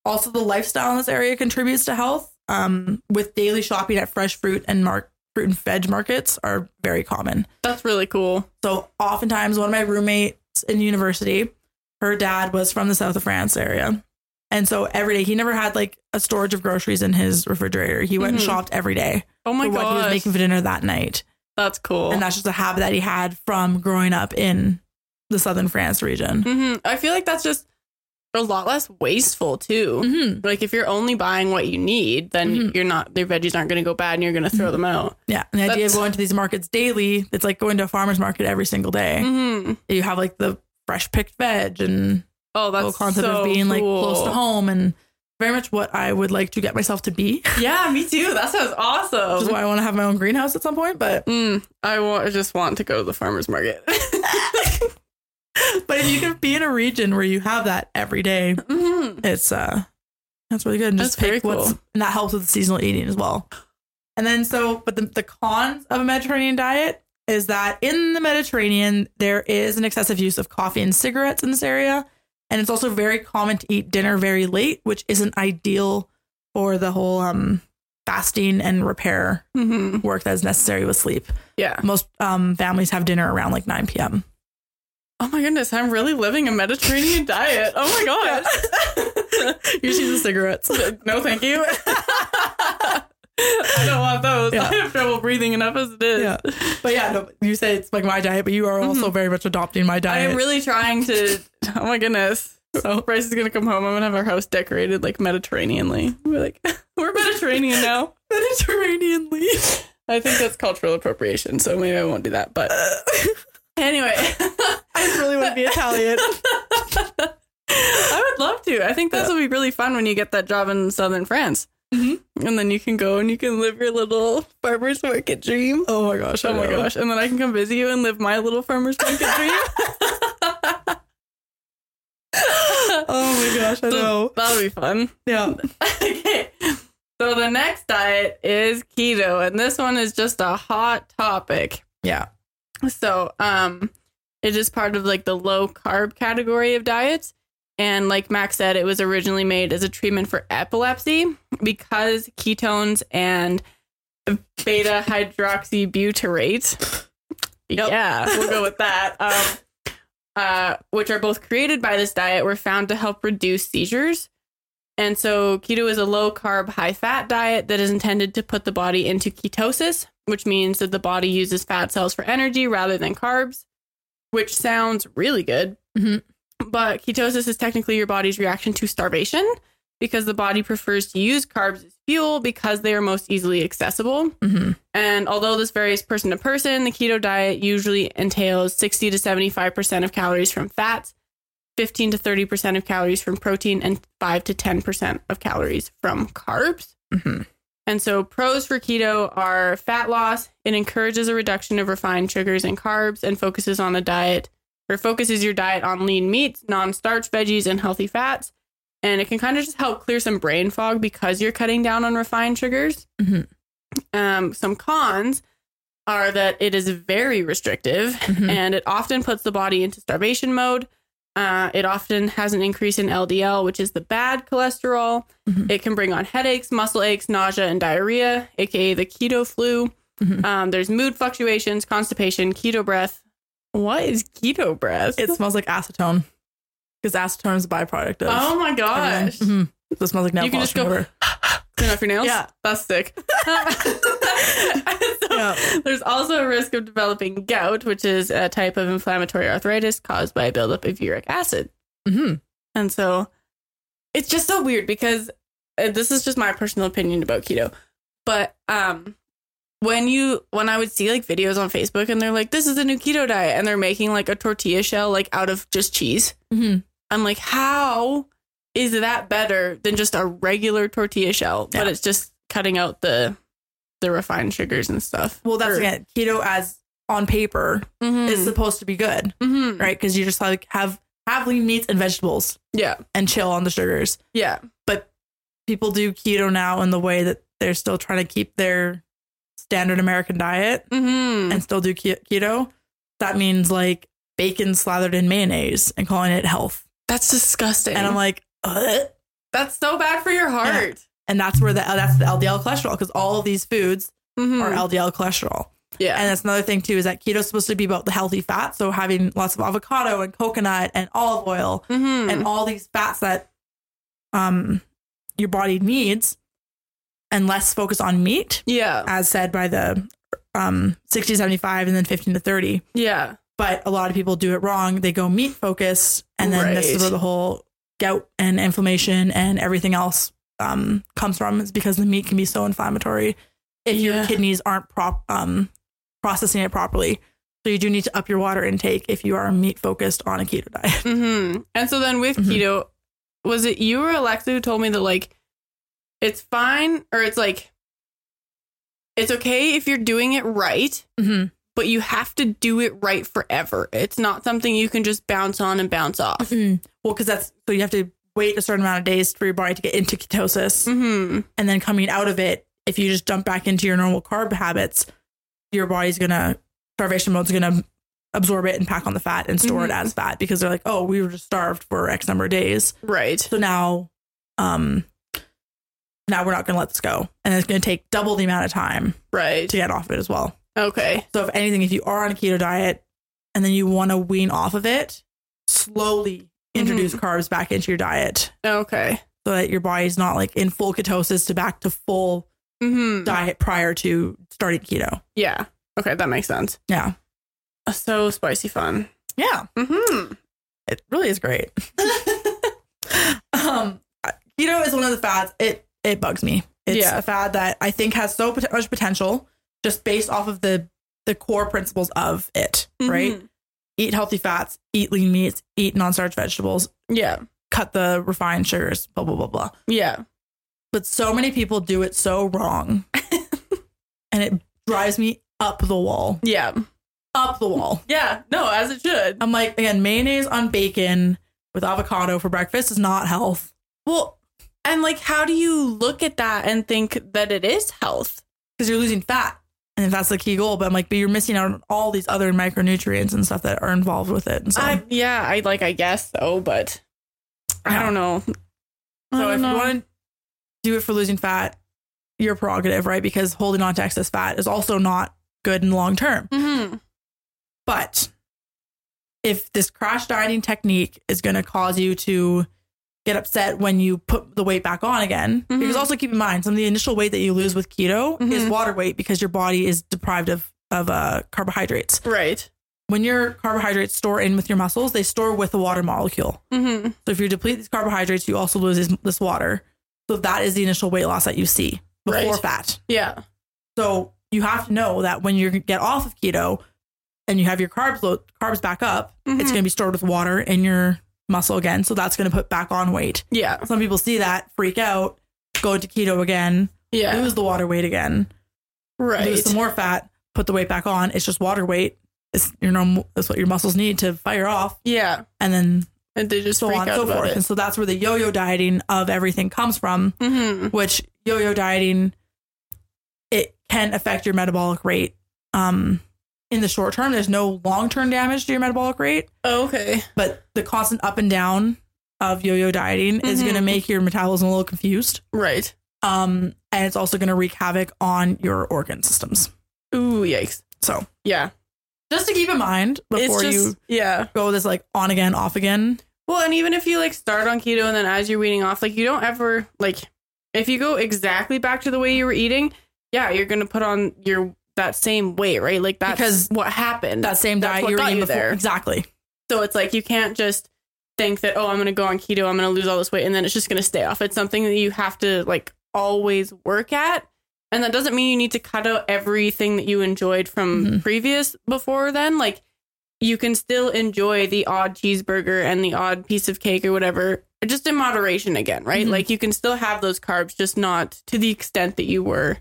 Speaker 1: Also, the lifestyle in this area contributes to health. Um, with daily shopping at fresh fruit and mark fruit and veg markets are very common.
Speaker 2: That's really cool.
Speaker 1: So, oftentimes, one of my roommates in university, her dad was from the south of France area, and so every day he never had like a storage of groceries in his refrigerator. He went
Speaker 2: Mhm.
Speaker 1: and shopped every day
Speaker 2: Oh my Oh.
Speaker 1: for what he was
Speaker 2: god.
Speaker 1: making for dinner that night.
Speaker 2: That's cool.
Speaker 1: And that's just a habit that he had from growing up in the southern France region.
Speaker 2: hmm I feel like that's just a lot less wasteful too.
Speaker 1: Mm-hmm.
Speaker 2: Like if you're only buying what you need, then
Speaker 1: Mhm.
Speaker 2: you're not your veggies aren't going to go bad, and you're going to throw
Speaker 1: Mhm.
Speaker 2: them out.
Speaker 1: Yeah. And the idea of
Speaker 2: That's-
Speaker 1: going to these markets daily, it's like going to a farmer's market every single day.
Speaker 2: hmm
Speaker 1: You have like the fresh picked veg and
Speaker 2: Oh,
Speaker 1: the
Speaker 2: that's
Speaker 1: whole concept
Speaker 2: so
Speaker 1: of being like
Speaker 2: cool.
Speaker 1: close to home and very much what I would like to get myself to be,
Speaker 2: Yeah, me too. That sounds awesome.
Speaker 1: which is why I want to have my own greenhouse at some point. But
Speaker 2: Mm, I want, I just want to go to the farmer's market.
Speaker 1: but if you can be in a region where you have that every day,
Speaker 2: Mhm.
Speaker 1: it's uh that's really good. And just
Speaker 2: That's very
Speaker 1: pick what's
Speaker 2: cool.
Speaker 1: and that helps with the seasonal eating as well. And then so but the, the cons of a Mediterranean diet is that in the Mediterranean there is an excessive use of coffee and cigarettes in this area. And it's also very common to eat dinner very late, which isn't ideal for the whole um fasting and repair
Speaker 2: Mhm.
Speaker 1: work that is necessary with sleep.
Speaker 2: Yeah.
Speaker 1: Most um families have dinner around like nine PM.
Speaker 2: Oh my goodness, I'm really living a Mediterranean diet. Oh my gosh.
Speaker 1: Usually the cigarettes.
Speaker 2: no, thank you. I don't want those.
Speaker 1: Yeah.
Speaker 2: I have trouble breathing enough as it is.
Speaker 1: Yeah. But yeah, no, you say it's like my diet, but you are also very much adopting my
Speaker 2: Mm-hmm. I
Speaker 1: diet.
Speaker 2: am really trying to. Oh my goodness. So Bryce is gonna come home. I'm gonna have our house decorated like Mediterraneanly. We're like, we're Mediterranean now.
Speaker 1: Mediterranean
Speaker 2: I think that's cultural appropriation, so maybe I won't do that. But anyway,
Speaker 1: I really want to be Italian.
Speaker 2: I would love to. I think this will be really fun when you get that job in southern France.
Speaker 1: Mhm.
Speaker 2: And then you can go and you can live your little farmer's market dream.
Speaker 1: Oh my gosh!
Speaker 2: Oh my gosh. And then I can come visit you and live my little farmer's market dream.
Speaker 1: Oh my gosh! I know.
Speaker 2: That'll be fun.
Speaker 1: Yeah.
Speaker 2: okay. So the next diet is keto, and this one is just a hot topic.
Speaker 1: Yeah.
Speaker 2: So um it is part of like the low carb category of diets. And like Max said, it was originally made as a treatment for epilepsy because ketones and beta hydroxybutyrate.
Speaker 1: Yep.
Speaker 2: Yeah, we'll go with that. Um, uh, which are both created by this diet, were found to help reduce seizures. And so, keto is a low carb, high fat diet that is intended to put the body into ketosis, which means that the body uses fat cells for energy rather than carbs, which sounds really good.
Speaker 1: Mhm.
Speaker 2: But ketosis is technically your body's reaction to starvation because the body prefers to use carbs as fuel because they are most easily accessible.
Speaker 1: Mm-hmm.
Speaker 2: And although this varies person to person, the keto diet usually entails 60 to 75% of calories from fats, 15 to 30% of calories from protein, and 5 to 10% of calories from carbs.
Speaker 1: Mhm.
Speaker 2: And so, pros for keto are fat loss. It encourages a reduction of refined sugars and carbs and focuses on a diet or focuses your diet on lean meats, non starch veggies, and healthy fats. And it can kind of just help clear some brain fog because you're cutting down on refined sugars.
Speaker 1: Mhm.
Speaker 2: Um, some cons are that it is very restrictive and it often puts the body into starvation mode. Uh, it often has an increase in LDL, which is the bad cholesterol.
Speaker 1: Mhm.
Speaker 2: It can bring on headaches, muscle aches, nausea, and diarrhea, aka the keto flu.
Speaker 1: Mhm.
Speaker 2: Um, there's mood fluctuations, constipation, keto breath. What is keto breath?
Speaker 1: It smells like acetone because acetone is a byproduct of.
Speaker 2: oh my
Speaker 1: everything.
Speaker 2: gosh!
Speaker 1: Mhm. So it smells like nail
Speaker 2: You can
Speaker 1: polish
Speaker 2: just go-
Speaker 1: remover.
Speaker 2: Clean off your nails.
Speaker 1: Yeah.
Speaker 2: that's sick. So,
Speaker 1: Yeah.
Speaker 2: There's also a risk of developing gout, which is a type of inflammatory arthritis caused by a buildup of uric acid.
Speaker 1: Mhm.
Speaker 2: And so it's just so weird because uh, this is just my personal opinion about keto. But um when you when I would see like videos on Facebook and they're like this is the new keto diet and they're making like a tortilla shell like out of just cheese.
Speaker 1: Mhm.
Speaker 2: I'm like how is that better than just a regular tortilla shell but
Speaker 1: Yeah.
Speaker 2: it's just cutting out the the refined sugars and stuff. mm-hmm,
Speaker 1: Well, that's again keto as on paper is supposed to be good,
Speaker 2: hmm
Speaker 1: right? Because you just like have have lean meats and vegetables
Speaker 2: Yeah.
Speaker 1: and chill on the sugars.
Speaker 2: Yeah.
Speaker 1: but people do keto now in the way that they're still trying to keep their standard American diet
Speaker 2: Mhm.
Speaker 1: and still do ke- keto. That means like bacon slathered in mayonnaise and calling it health.
Speaker 2: That's disgusting.
Speaker 1: And I'm like, Ugh.
Speaker 2: that's so bad for your heart.
Speaker 1: and that's where the uh, that's the LDL cholesterol because all of these foods
Speaker 2: Mhm.
Speaker 1: are LDL cholesterol.
Speaker 2: yeah.
Speaker 1: And that's another thing too is that keto is supposed to be about the healthy fat, so having lots of avocado and coconut and olive oil
Speaker 2: Mm-hmm.
Speaker 1: and all these fats that um your body needs and less focus on meat
Speaker 2: yeah,
Speaker 1: as said by the um 60 75 and then 15 to 30
Speaker 2: yeah,
Speaker 1: But a lot of people do it wrong. They go meat focused, and then this is
Speaker 2: Right.
Speaker 1: where the whole gout and inflammation and everything else um, comes from. Is because the meat can be so inflammatory if your
Speaker 2: Yeah.
Speaker 1: kidneys aren't prop um, processing it properly. So you do need to up your water intake if you are meat focused on a keto diet.
Speaker 2: hmm And so then with
Speaker 1: Mhm.
Speaker 2: keto, was it you or Alexa who told me that like it's fine or it's like it's okay if you're doing it right,
Speaker 1: Mm-hmm.
Speaker 2: but you have to do it right forever. It's not something you can just bounce on and bounce off.
Speaker 1: Mm-hmm. Well, because that's so you have to wait a certain amount of days for your body to get into ketosis.
Speaker 2: hmm
Speaker 1: and then coming out of it, if you just jump back into your normal carb habits, your body's gonna starvation mode's gonna absorb it and pack on the fat and store it
Speaker 2: Mhm.
Speaker 1: as fat because they're like, oh, we were just starved for X number of days,
Speaker 2: Right.
Speaker 1: so now, um, now we're not gonna let this go, and it's gonna take double the amount of time
Speaker 2: Right.
Speaker 1: to get off it as well.
Speaker 2: Okay.
Speaker 1: So if anything, if you are on a keto diet and then you want to wean off of it, slowly introduce carbs back into your diet
Speaker 2: Okay.
Speaker 1: so that your body's not like in full ketosis to back to full
Speaker 2: hmm
Speaker 1: diet prior to starting keto.
Speaker 2: Yeah. Okay, that makes sense. Uh,
Speaker 1: Yeah.
Speaker 2: So spicy fun.
Speaker 1: Yeah,
Speaker 2: hmm
Speaker 1: it really is great. um, keto is one of the fads. It it bugs me. It's
Speaker 2: Yeah.
Speaker 1: a fad that I think has so pot- much potential just based off of the the core principles of it. Right?
Speaker 2: Mhm.
Speaker 1: Eat healthy fats, eat lean meats, eat non-starch vegetables,
Speaker 2: Yeah.
Speaker 1: cut the refined sugars, blah blah blah blah.
Speaker 2: Yeah.
Speaker 1: But so many people do it so wrong, and it drives me up the wall,
Speaker 2: Yeah.
Speaker 1: up the wall.
Speaker 2: Yeah. No, as it should.
Speaker 1: I'm like, again, mayonnaise on bacon with avocado for breakfast is not health.
Speaker 2: Well, and like, how do you look at that and think that it is health?
Speaker 1: because you're losing fat. And if that's the key goal, but I'm like, but you're missing out on all these other micronutrients and stuff that are involved with it. And so,
Speaker 2: I, yeah, I like, I guess so, but I don't know.
Speaker 1: so
Speaker 2: I don't
Speaker 1: if
Speaker 2: know.
Speaker 1: you want to do it for losing fat, your prerogative, right? Because holding on to excess fat is also not good in the long term.
Speaker 2: Mm-hmm.
Speaker 1: But if this crash dieting technique is going to cause you to get upset when you put the weight back on again,
Speaker 2: Mhm.
Speaker 1: because also keep in mind some of the initial weight that you lose with keto is
Speaker 2: Mhm.
Speaker 1: water weight because your body is deprived of of uh, carbohydrates.
Speaker 2: Right.
Speaker 1: When your carbohydrates store in with your muscles, they store with the water molecule.
Speaker 2: Mm-hmm.
Speaker 1: So if you deplete these carbohydrates, you also lose this, this water. So that is the initial weight loss that you see before
Speaker 2: Right.
Speaker 1: fat.
Speaker 2: Yeah.
Speaker 1: So you have to know that when you get off of keto and you have your carbs load, carbs back up, it's
Speaker 2: Mhm.
Speaker 1: going to be stored with water in your muscle again. So that's going to put back on weight.
Speaker 2: Yeah.
Speaker 1: Some people see that, freak out, go into keto again,
Speaker 2: Yeah.
Speaker 1: lose the water weight again, lose
Speaker 2: Right.
Speaker 1: some more fat, put the weight back on. It's just water weight. It's your normal. That's what your muscles need to fire off,
Speaker 2: Yeah.
Speaker 1: and then
Speaker 2: And they just
Speaker 1: so
Speaker 2: freak
Speaker 1: on and
Speaker 2: out
Speaker 1: so
Speaker 2: about
Speaker 1: forth. And
Speaker 2: it.
Speaker 1: so that's where the yo-yo dieting of everything comes from
Speaker 2: Mm-hmm.
Speaker 1: which yo-yo dieting it can affect your metabolic rate um in the short term there's no long-term damage to your metabolic rate
Speaker 2: Oh, okay.
Speaker 1: but the constant up and down of yo-yo dieting is
Speaker 2: Mhm.
Speaker 1: going to make your metabolism a little confused
Speaker 2: Right.
Speaker 1: um and it's also going to wreak havoc on your organ systems
Speaker 2: Ooh, yikes.
Speaker 1: so
Speaker 2: Yeah.
Speaker 1: just to keep in mind
Speaker 2: It's
Speaker 1: before
Speaker 2: just,
Speaker 1: you
Speaker 2: yeah.
Speaker 1: go this like on again off again
Speaker 2: Well, and even if you like start on keto and then as you're weaning off, like you don't ever like if you go exactly back to the way you were eating, yeah, you're gonna put on your that same weight, right? Like that's
Speaker 1: Because
Speaker 2: what happened.
Speaker 1: that same
Speaker 2: That's
Speaker 1: diet
Speaker 2: what
Speaker 1: you were
Speaker 2: got
Speaker 1: eating
Speaker 2: you
Speaker 1: before
Speaker 2: there.
Speaker 1: exactly
Speaker 2: so it's like you can't just think that oh, I'm gonna go on keto, I'm gonna lose all this weight, and then it's just gonna stay off. It's something that you have to like always work at. And that doesn't mean you need to cut out everything that you enjoyed from
Speaker 1: Mhm.
Speaker 2: previous before then. Like you can still enjoy the odd cheeseburger and the odd piece of cake or whatever, just in moderation again, right?
Speaker 1: Mhm.
Speaker 2: Like you can still have those carbs, just not to the extent that you were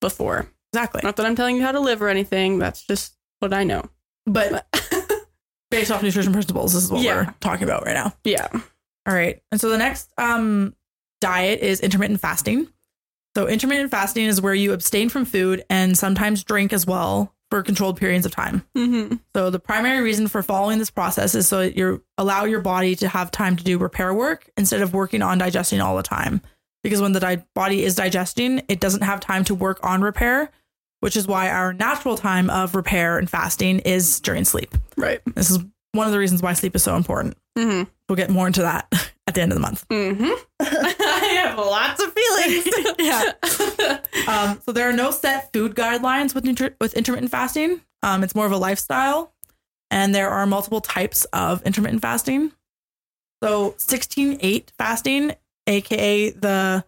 Speaker 2: before.
Speaker 1: exactly
Speaker 2: Not that I'm telling you how to live or anything. That's just what I know.
Speaker 1: but based off nutrition principles this is what
Speaker 2: Yeah.
Speaker 1: we're talking about right now
Speaker 2: Yeah.
Speaker 1: All right. And so the next um, diet is intermittent fasting. So intermittent fasting is where you abstain from food and sometimes drink as well for controlled periods of time.
Speaker 2: Mm-hmm.
Speaker 1: So the primary reason for following this process is so that you allow your body to have time to do repair work instead of working on digesting all the time. Because when the di- body is digesting, it doesn't have time to work on repair, which is why our natural time of repair and fasting is during sleep.
Speaker 2: Right.
Speaker 1: This is one of the reasons why sleep is so important.
Speaker 2: Mm-hmm.
Speaker 1: We'll get more into that at the end of the month.
Speaker 2: Mm-hmm. I have lots of feelings. yeah.
Speaker 1: Um, so there are no set food guidelines with nutri- with intermittent fasting. Um, it's more of a lifestyle, And there are multiple types of intermittent fasting. So 16-8 fasting, aka the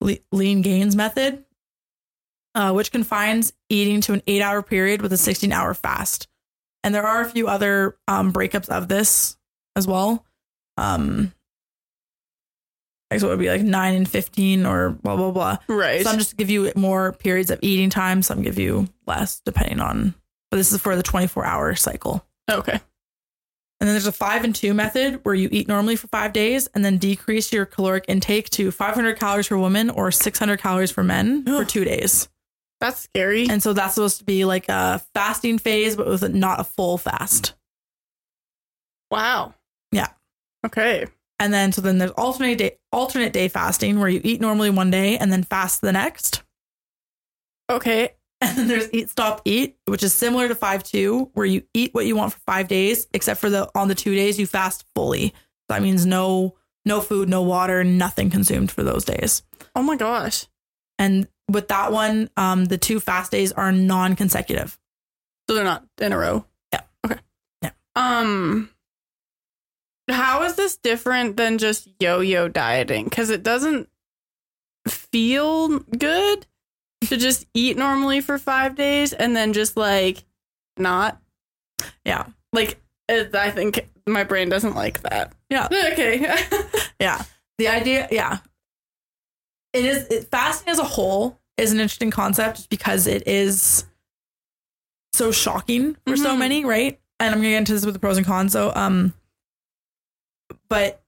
Speaker 1: le- lean gains method, uh, which confines eating to an eight-hour period with a 16-hour fast. And there are a few other um, breakups of this as well. Um, like so it would be like nine and fifteen or blah blah blah.
Speaker 2: Right.
Speaker 1: Some just give you more periods of eating time. Some give you less, depending on. But this is for the 24 hour cycle.
Speaker 2: okay.
Speaker 1: And then there's a five and two method where you eat normally for five days and then decrease your caloric intake to 500 calories for women or 600 calories for men for
Speaker 2: Ugh.
Speaker 1: two days.
Speaker 2: That's scary.
Speaker 1: And so that's supposed to be like a fasting phase, but with not a full fast.
Speaker 2: wow.
Speaker 1: Yeah.
Speaker 2: Okay.
Speaker 1: And then so then there's alternate day alternate day fasting where you eat normally one day and then fast the next.
Speaker 2: Okay.
Speaker 1: And then there's eat, stop, eat, which is similar to 5 2, where you eat what you want for five days, except for the on the two days you fast fully. That means no no food, no water, nothing consumed for those days.
Speaker 2: Oh my gosh.
Speaker 1: And with that one, um, the two fast days are non consecutive.
Speaker 2: So they're not in a row.
Speaker 1: Yeah.
Speaker 2: Okay.
Speaker 1: Yeah.
Speaker 2: Um how is this different than just yo-yo dieting? Cuz it doesn't feel good to just eat normally for 5 days and then just like not.
Speaker 1: Yeah.
Speaker 2: Like it, I think my brain doesn't like that.
Speaker 1: Yeah.
Speaker 2: Okay.
Speaker 1: The idea, yeah. It is it, fasting as a whole is an interesting concept just because it is so shocking for so
Speaker 2: Mhm.
Speaker 1: many, right? And I'm gonna get into this with the pros and cons. So, um, but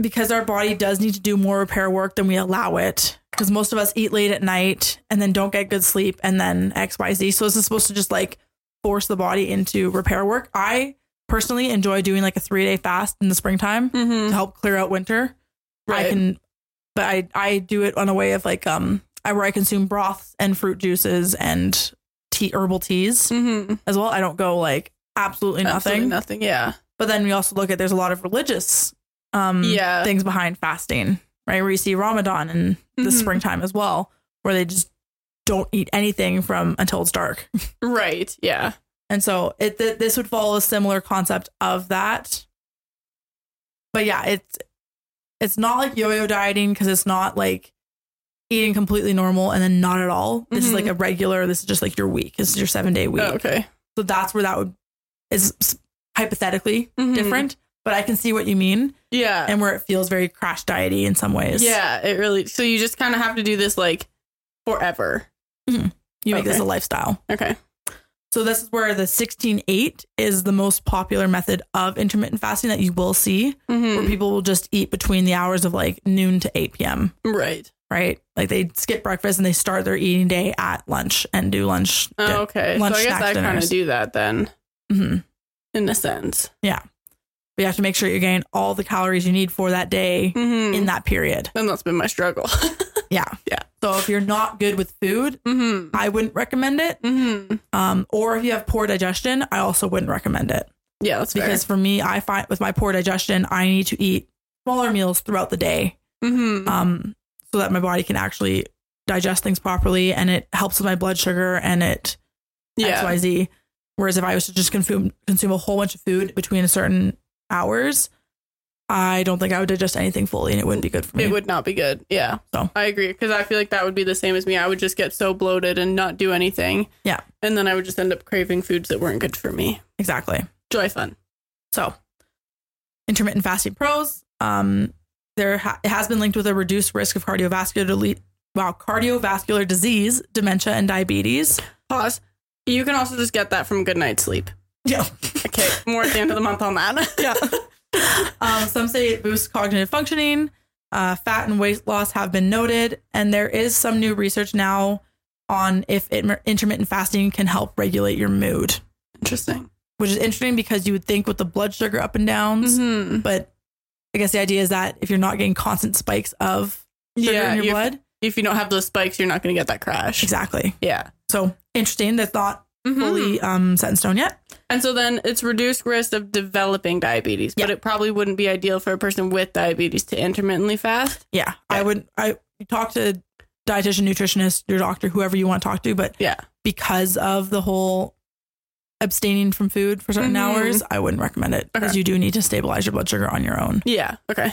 Speaker 1: because our body does need to do more repair work than we allow it, because most of us eat late at night and then don't get good sleep, and then X, Y, Z. So this is supposed to just like force the body into repair work. I personally enjoy doing like a three day fast in the springtime
Speaker 2: mhm.
Speaker 1: to help clear out winter. I
Speaker 2: Right.
Speaker 1: can, but I I do it on a way of like um I where I consume broths and fruit juices and tea herbal teas
Speaker 2: Mhm.
Speaker 1: as well. I don't go like absolutely nothing.
Speaker 2: Absolutely nothing. Yeah.
Speaker 1: But then we also look at there's a lot of religious um
Speaker 2: Yeah.
Speaker 1: things behind fasting, right? Where you see Ramadan in the
Speaker 2: Mhm.
Speaker 1: springtime as well, where they just don't eat anything from until it's dark.
Speaker 2: Right. Yeah.
Speaker 1: And so it th- this would follow a similar concept of that. But yeah, it's it's not like yo-yo dieting because it's not like eating completely normal and then not at all. This is
Speaker 2: Mhm.
Speaker 1: like a regular. This is just like your week. This is your seven day week.
Speaker 2: Oh, okay.
Speaker 1: So that's where that would is s- hypothetically
Speaker 2: Mhm.
Speaker 1: different. But I can see what you mean
Speaker 2: Yeah.
Speaker 1: and where it feels very crash diety in some ways.
Speaker 2: Yeah, it really. So you just kind of have to do this like forever.
Speaker 1: you make this
Speaker 2: Okay.
Speaker 1: a lifestyle.
Speaker 2: Okay.
Speaker 1: So this is where the 16-8 is the most popular method of intermittent fasting that you will see, where
Speaker 2: Mhm.
Speaker 1: people will just eat between the hours of like noon to 8 p.m.,
Speaker 2: Right.
Speaker 1: right? Like they skip breakfast and they start their eating day at lunch and do lunch.
Speaker 2: Oh, okay.
Speaker 1: Lunch,
Speaker 2: so I guess
Speaker 1: snacks,
Speaker 2: I kind
Speaker 1: dinners.
Speaker 2: of do that then,
Speaker 1: hmm
Speaker 2: in a sense.
Speaker 1: But you have to make sure you're getting all the calories you need for that day
Speaker 2: Mm-hmm.
Speaker 1: in that period.
Speaker 2: and that's been my struggle.
Speaker 1: So if you're not good with food,
Speaker 2: mm-hmm.
Speaker 1: I wouldn't recommend it.
Speaker 2: Mm-hmm.
Speaker 1: Um, or if you have poor digestion, I also wouldn't recommend it.
Speaker 2: Yeah, that's
Speaker 1: Because for me, I find with my poor digestion, I need to eat smaller meals throughout the day
Speaker 2: fair. Mm-hmm.
Speaker 1: um, so that my body can actually digest things properly and it helps with my blood sugar and it
Speaker 2: yeah.
Speaker 1: XYZ. Whereas if I was to just consume consume a whole bunch of food between a certain hours, I don't think I would digest anything fully and it wouldn't be good for me.
Speaker 2: It would not be good. Yeah.
Speaker 1: So.
Speaker 2: I agree because I feel like that would be the same as me. I would just get so bloated and not do anything.
Speaker 1: Yeah.
Speaker 2: And then I would just end up craving foods that weren't good for me.
Speaker 1: exactly.
Speaker 2: Joy fun.
Speaker 1: So intermittent fasting pros. Um, there ha- it has been linked with a reduced risk of cardiovascular wow, cardiovascular disease, dementia, and diabetes.
Speaker 2: Pause. You can also just get that from good night's sleep.
Speaker 1: Yeah.
Speaker 2: Okay. More at the end of the month on that.
Speaker 1: yeah. um, some say it boosts cognitive functioning. Uh, fat and weight loss have been noted, and there is some new research now on if it, intermittent fasting can help regulate your mood,
Speaker 2: Interesting.
Speaker 1: which is interesting because you would think with the blood sugar up and downs,
Speaker 2: Mm-hmm.
Speaker 1: but I guess the idea is that if you're not getting constant spikes of sugar
Speaker 2: yeah,
Speaker 1: in your
Speaker 2: you-
Speaker 1: blood,
Speaker 2: If you don't have those spikes, you're not going to get that crash.
Speaker 1: exactly.
Speaker 2: Yeah.
Speaker 1: So interesting. That's not
Speaker 2: Fully.
Speaker 1: fully um, set in stone yet.
Speaker 2: And so then it's reduced risk of developing diabetes, but
Speaker 1: Yeah.
Speaker 2: it probably wouldn't be ideal for a person with diabetes to intermittently fast.
Speaker 1: Yeah, I would. I you talk to dietitian, nutritionist, your doctor, whoever you want to talk to, but
Speaker 2: Yeah.
Speaker 1: because of the whole abstaining from food for certain
Speaker 2: Mhm.
Speaker 1: hours, I wouldn't recommend it because
Speaker 2: Okay.
Speaker 1: you do need to stabilize your blood sugar on your own.
Speaker 2: Yeah. Okay.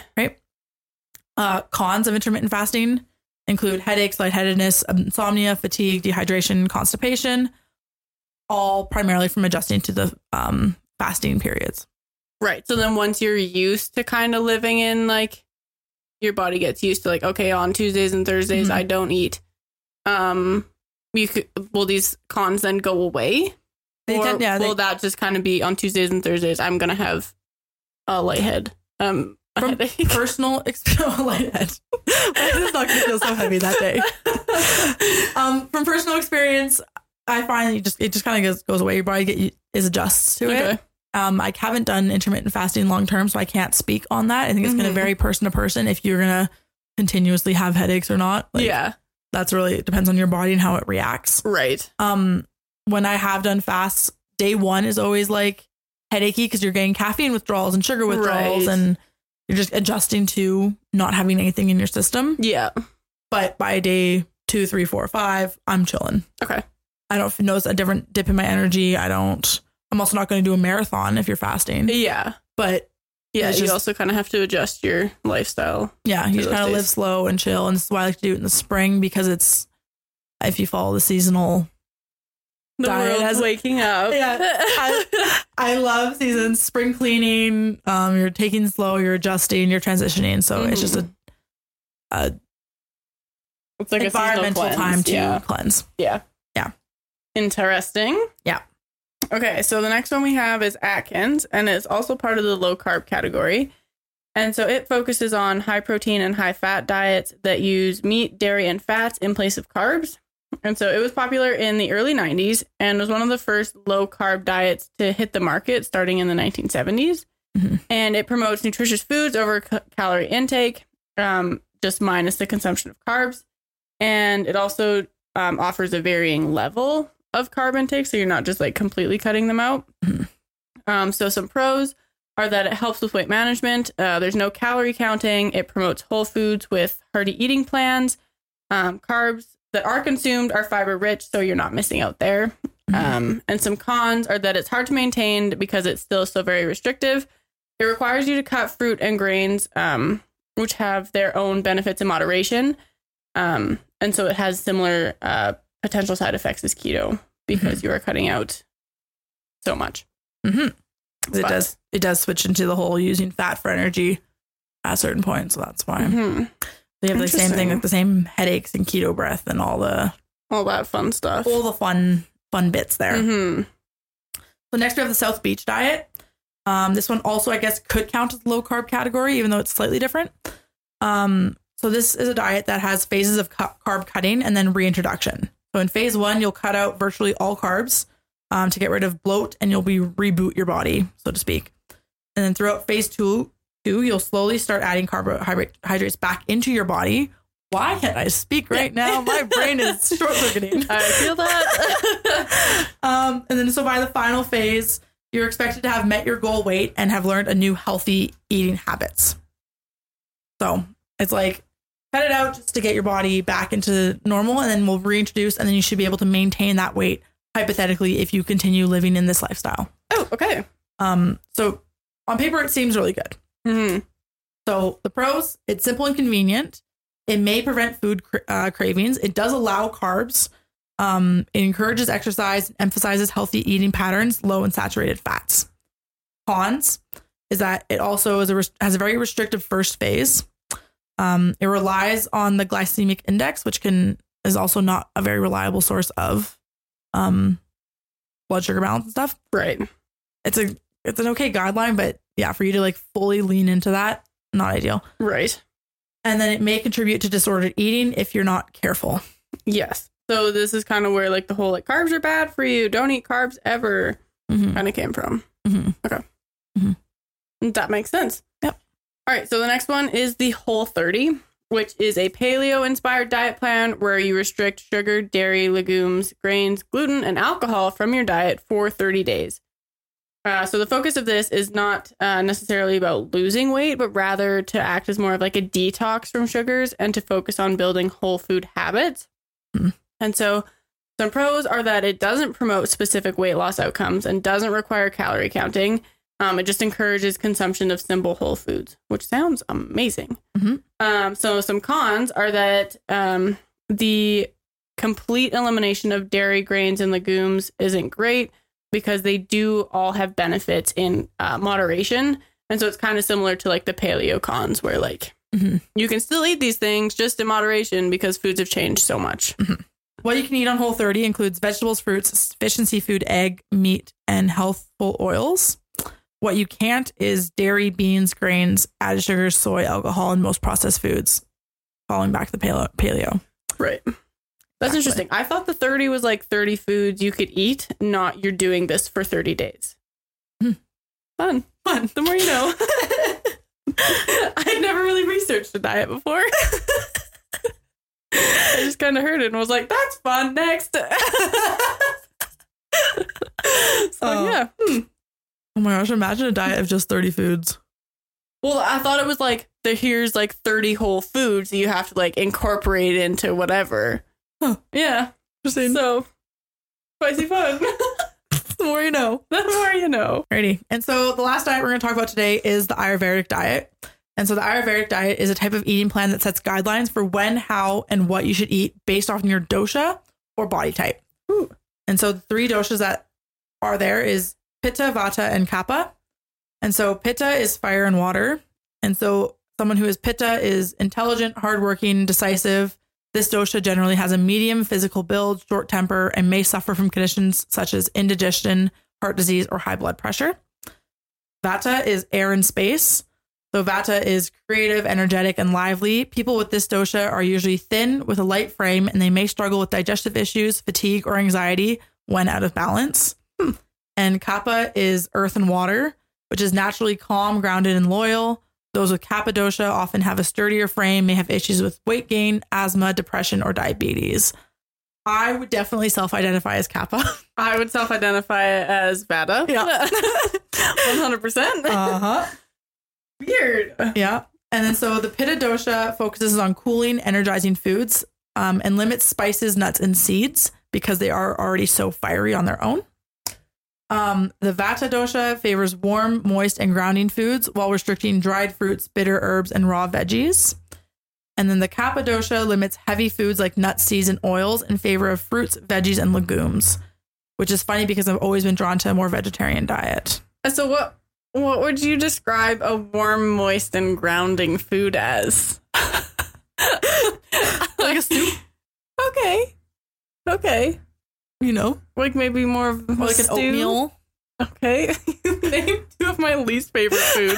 Speaker 1: Uh, cons of intermittent fasting include headaches, lightheadedness, insomnia, fatigue, dehydration, constipation, all primarily from adjusting to the um, fasting periods.
Speaker 2: Right. So then once you're used to kind of living in like your body gets used to like okay, on Tuesdays and Thursdays
Speaker 1: Mhm.
Speaker 2: I don't eat. Um you could, will these cons then go away?
Speaker 1: They
Speaker 2: or
Speaker 1: tend- yeah, they-
Speaker 2: will that just kind of be on Tuesdays and Thursdays I'm going to have a light head. Um a
Speaker 1: From
Speaker 2: headache.
Speaker 1: Personal experience. Oh, lighthead. Why is this not going to feel so heavy that day? Um, from personal experience, I find it just it just kind of goes, goes away. Your body get, is adjusts to it.
Speaker 2: okay.
Speaker 1: Um, I haven't done intermittent fasting long term, so I can't speak on that. I think it's going
Speaker 2: Mhm.
Speaker 1: to vary person to person if you're going to continuously have headaches or not. Like,
Speaker 2: yeah.
Speaker 1: that's really it depends on your body and how it reacts.
Speaker 2: Right.
Speaker 1: Um, when I have done fasts, day one is always like headachy because you're getting caffeine withdrawals and sugar withdrawals,
Speaker 2: Right.
Speaker 1: and you're just adjusting to not having anything in your system.
Speaker 2: Yeah.
Speaker 1: But by day two, three, four, five, I'm chilling.
Speaker 2: Okay.
Speaker 1: I don't notice a different dip in my energy. I don't. I'm also not going to do a marathon if you're fasting,
Speaker 2: Yeah.
Speaker 1: but
Speaker 2: Yeah,
Speaker 1: It's
Speaker 2: you
Speaker 1: just-
Speaker 2: also kind of have to adjust your lifestyle.
Speaker 1: Yeah, you
Speaker 2: to
Speaker 1: just
Speaker 2: those
Speaker 1: kind of live
Speaker 2: days.
Speaker 1: slow and chill, and this is why I like to do it in the spring because it's if you follow the seasonal.
Speaker 2: The
Speaker 1: Diet
Speaker 2: world's
Speaker 1: has-
Speaker 2: waking up.
Speaker 1: Yeah. I, I love seasons, spring cleaning. Um, you're taking slow, you're adjusting, you're transitioning, so it's just a
Speaker 2: it's Mm-hmm. like
Speaker 1: environmental
Speaker 2: a seasonal
Speaker 1: time
Speaker 2: cleanse.
Speaker 1: to
Speaker 2: Yeah.
Speaker 1: cleanse.
Speaker 2: Interesting.
Speaker 1: Yeah.
Speaker 2: Okay, so the next one we have is Atkins, and it's also part of the low carb category. And so it focuses on high protein and high fat diets that use meat, dairy, and fats in place of carbs. And so it was popular in the early 90s and was one of the first low carb diets to hit the market starting in the 1970s.
Speaker 1: Mhm.
Speaker 2: And it promotes nutritious foods over c- calorie intake, um, just minus the consumption of carbs. And it also um, offers a varying level of carb intake, so you're not just like completely cutting them out.
Speaker 1: Mhm.
Speaker 2: Um, so some pros are that it helps with weight management. Uh, there's no calorie counting. It promotes whole foods with hearty eating plans. Um, carbs that are consumed are fiber rich, so you're not missing out there. Um, and some cons are that it's hard to maintain because it's still so very restrictive. It requires you to cut fruit and grains, um, which have their own benefits in moderation. Um, and so it has similar uh, potential side effects as keto because you are cutting out so much.
Speaker 1: It
Speaker 2: But-
Speaker 1: does it does switch into the whole using fat for energy at a certain point, so that's why
Speaker 2: Mhm.
Speaker 1: they have the same
Speaker 2: Interesting.
Speaker 1: thing, like the same headaches and keto breath and all the
Speaker 2: All that fun stuff.
Speaker 1: all the fun fun bits there.
Speaker 2: hmm
Speaker 1: So next we have the South Beach diet. Um, this one also, I guess, could count as the low carb category, even though it's slightly different. Um, so this is a diet that has phases of cu- carb cutting and then reintroduction. So in phase one, you'll cut out virtually all carbs um, to get rid of bloat, and you'll be reboot your body, so to speak. And then throughout phase two, two you'll slowly start adding carbohydrates back into your body. Why can't I speak right now? My brain is short circuiting.
Speaker 2: I feel that.
Speaker 1: Um, and then so by the final phase, you're expected to have met your goal weight and have learned a new healthy eating habits. So it's like cut it out just to get your body back into normal, and then we'll reintroduce, and then you should be able to maintain that weight hypothetically if you continue living in this lifestyle.
Speaker 2: oh, okay.
Speaker 1: Um, so on paper, it seems really good.
Speaker 2: hmm
Speaker 1: So the pros: it's simple and convenient. It may prevent food cra- uh, cravings. It does allow carbs. Um, it encourages exercise, emphasizes healthy eating patterns, low in saturated fats. Cons is that it also is a res- has a very restrictive first phase. Um, it relies on the glycemic index, which can is also not a very reliable source of um, blood sugar balance and stuff
Speaker 2: Right.
Speaker 1: it's a it's an okay guideline, but yeah, for you to like fully lean into that, not ideal.
Speaker 2: Right.
Speaker 1: And then it may contribute to disordered eating if you're not careful.
Speaker 2: Yes. So this is kind of where like the whole like carbs are bad for you. Don't eat carbs ever
Speaker 1: Mm-hmm.
Speaker 2: kind of came from.
Speaker 1: Mhm.
Speaker 2: Okay.
Speaker 1: Mhm.
Speaker 2: That makes sense.
Speaker 1: Yep.
Speaker 2: All right. So the next one is the Whole 30, which is a paleo inspired diet plan where you restrict sugar, dairy, legumes, grains, gluten, and alcohol from your diet for 30 days. Uh, so the focus of this is not uh, necessarily about losing weight, but rather to act as more of like a detox from sugars and to focus on building whole food habits.
Speaker 1: Hmm.
Speaker 2: And so Some pros are that it doesn't promote specific weight loss outcomes and doesn't require calorie counting. Um, it just encourages consumption of simple whole foods, which sounds amazing.
Speaker 1: Mhm.
Speaker 2: Um, so, some cons are that um, the complete elimination of dairy, grains, and legumes isn't great because they do all have benefits in uh, moderation. And so, it's kind of similar to like the paleo cons, where like
Speaker 1: Mhm.
Speaker 2: you can still eat these things just in moderation because foods have changed so much.
Speaker 1: What you can eat on Whole 30 includes vegetables, fruits, fish and seafood, egg, meat, and healthful oils. What you can't is dairy, beans, grains, added sugars, soy, alcohol, and most processed foods. Falling back to the paleo. paleo.
Speaker 2: Right. That's
Speaker 1: Exactly.
Speaker 2: interesting. I thought the 30 was like 30 foods you could eat, not you're doing this for 30 days.
Speaker 1: Hmm.
Speaker 2: Fun. Fun. The more you know. I'd never really researched a diet before. I just kind of heard it and was like, that's fun. Next. so,
Speaker 1: Oh.
Speaker 2: yeah. Hmm.
Speaker 1: Oh my gosh, imagine a diet of just 30 foods.
Speaker 2: Well, I thought it was like the here's like 30 whole foods that you have to like incorporate into whatever.
Speaker 1: Huh.
Speaker 2: Yeah.
Speaker 1: Interesting.
Speaker 2: So spicy fun.
Speaker 1: the more you know.
Speaker 2: the more you know.
Speaker 1: Alrighty. And so the last diet we're going to talk about today is the Ayurvedic diet. And so the Ayurvedic diet is a type of eating plan that sets guidelines for when, how, and what you should eat based off on your dosha or body type.
Speaker 2: Ooh.
Speaker 1: And so the three doshas that are there is Pitta, Vata, and Kapha. And so Pitta is fire and water. And so someone who is Pitta is intelligent, hardworking, decisive. This dosha generally has a medium physical build, short temper, and may suffer from conditions such as indigestion, heart disease, or high blood pressure. Vata is air and space. So Vata is creative, energetic, and lively. People with this dosha are usually thin with a light frame, and they may struggle with digestive issues, fatigue, or anxiety when out of balance.
Speaker 2: Hmm.
Speaker 1: And Kapha is earth and water, which is naturally calm, grounded, and loyal. Those with Kapha dosha often have a sturdier frame, may have issues with weight gain, asthma, depression, or diabetes. I would definitely self-identify as Kappa.
Speaker 2: I would self identify as Vada.
Speaker 1: Yeah.
Speaker 2: 100%.
Speaker 1: huh.
Speaker 2: Uh, Weird.
Speaker 1: Yeah. And then so the Pitta dosha focuses on cooling, energizing foods um, and limits spices, nuts, and seeds because they are already so fiery on their own. Um, the Vata dosha favors warm, moist, and grounding foods while restricting dried fruits, bitter herbs, and raw veggies. And then the Kapha dosha limits heavy foods like nuts, seeds, and oils in favor of fruits, veggies, and legumes, which is funny because I've always been drawn to a more vegetarian diet.
Speaker 2: Uh, So, what what would you describe a warm, moist, and grounding food as? like a soup? Okay. Okay.
Speaker 1: You know,
Speaker 2: Like maybe more of a
Speaker 1: or like an
Speaker 2: stew?
Speaker 1: oatmeal.
Speaker 2: Okay. You named two of my least favorite foods.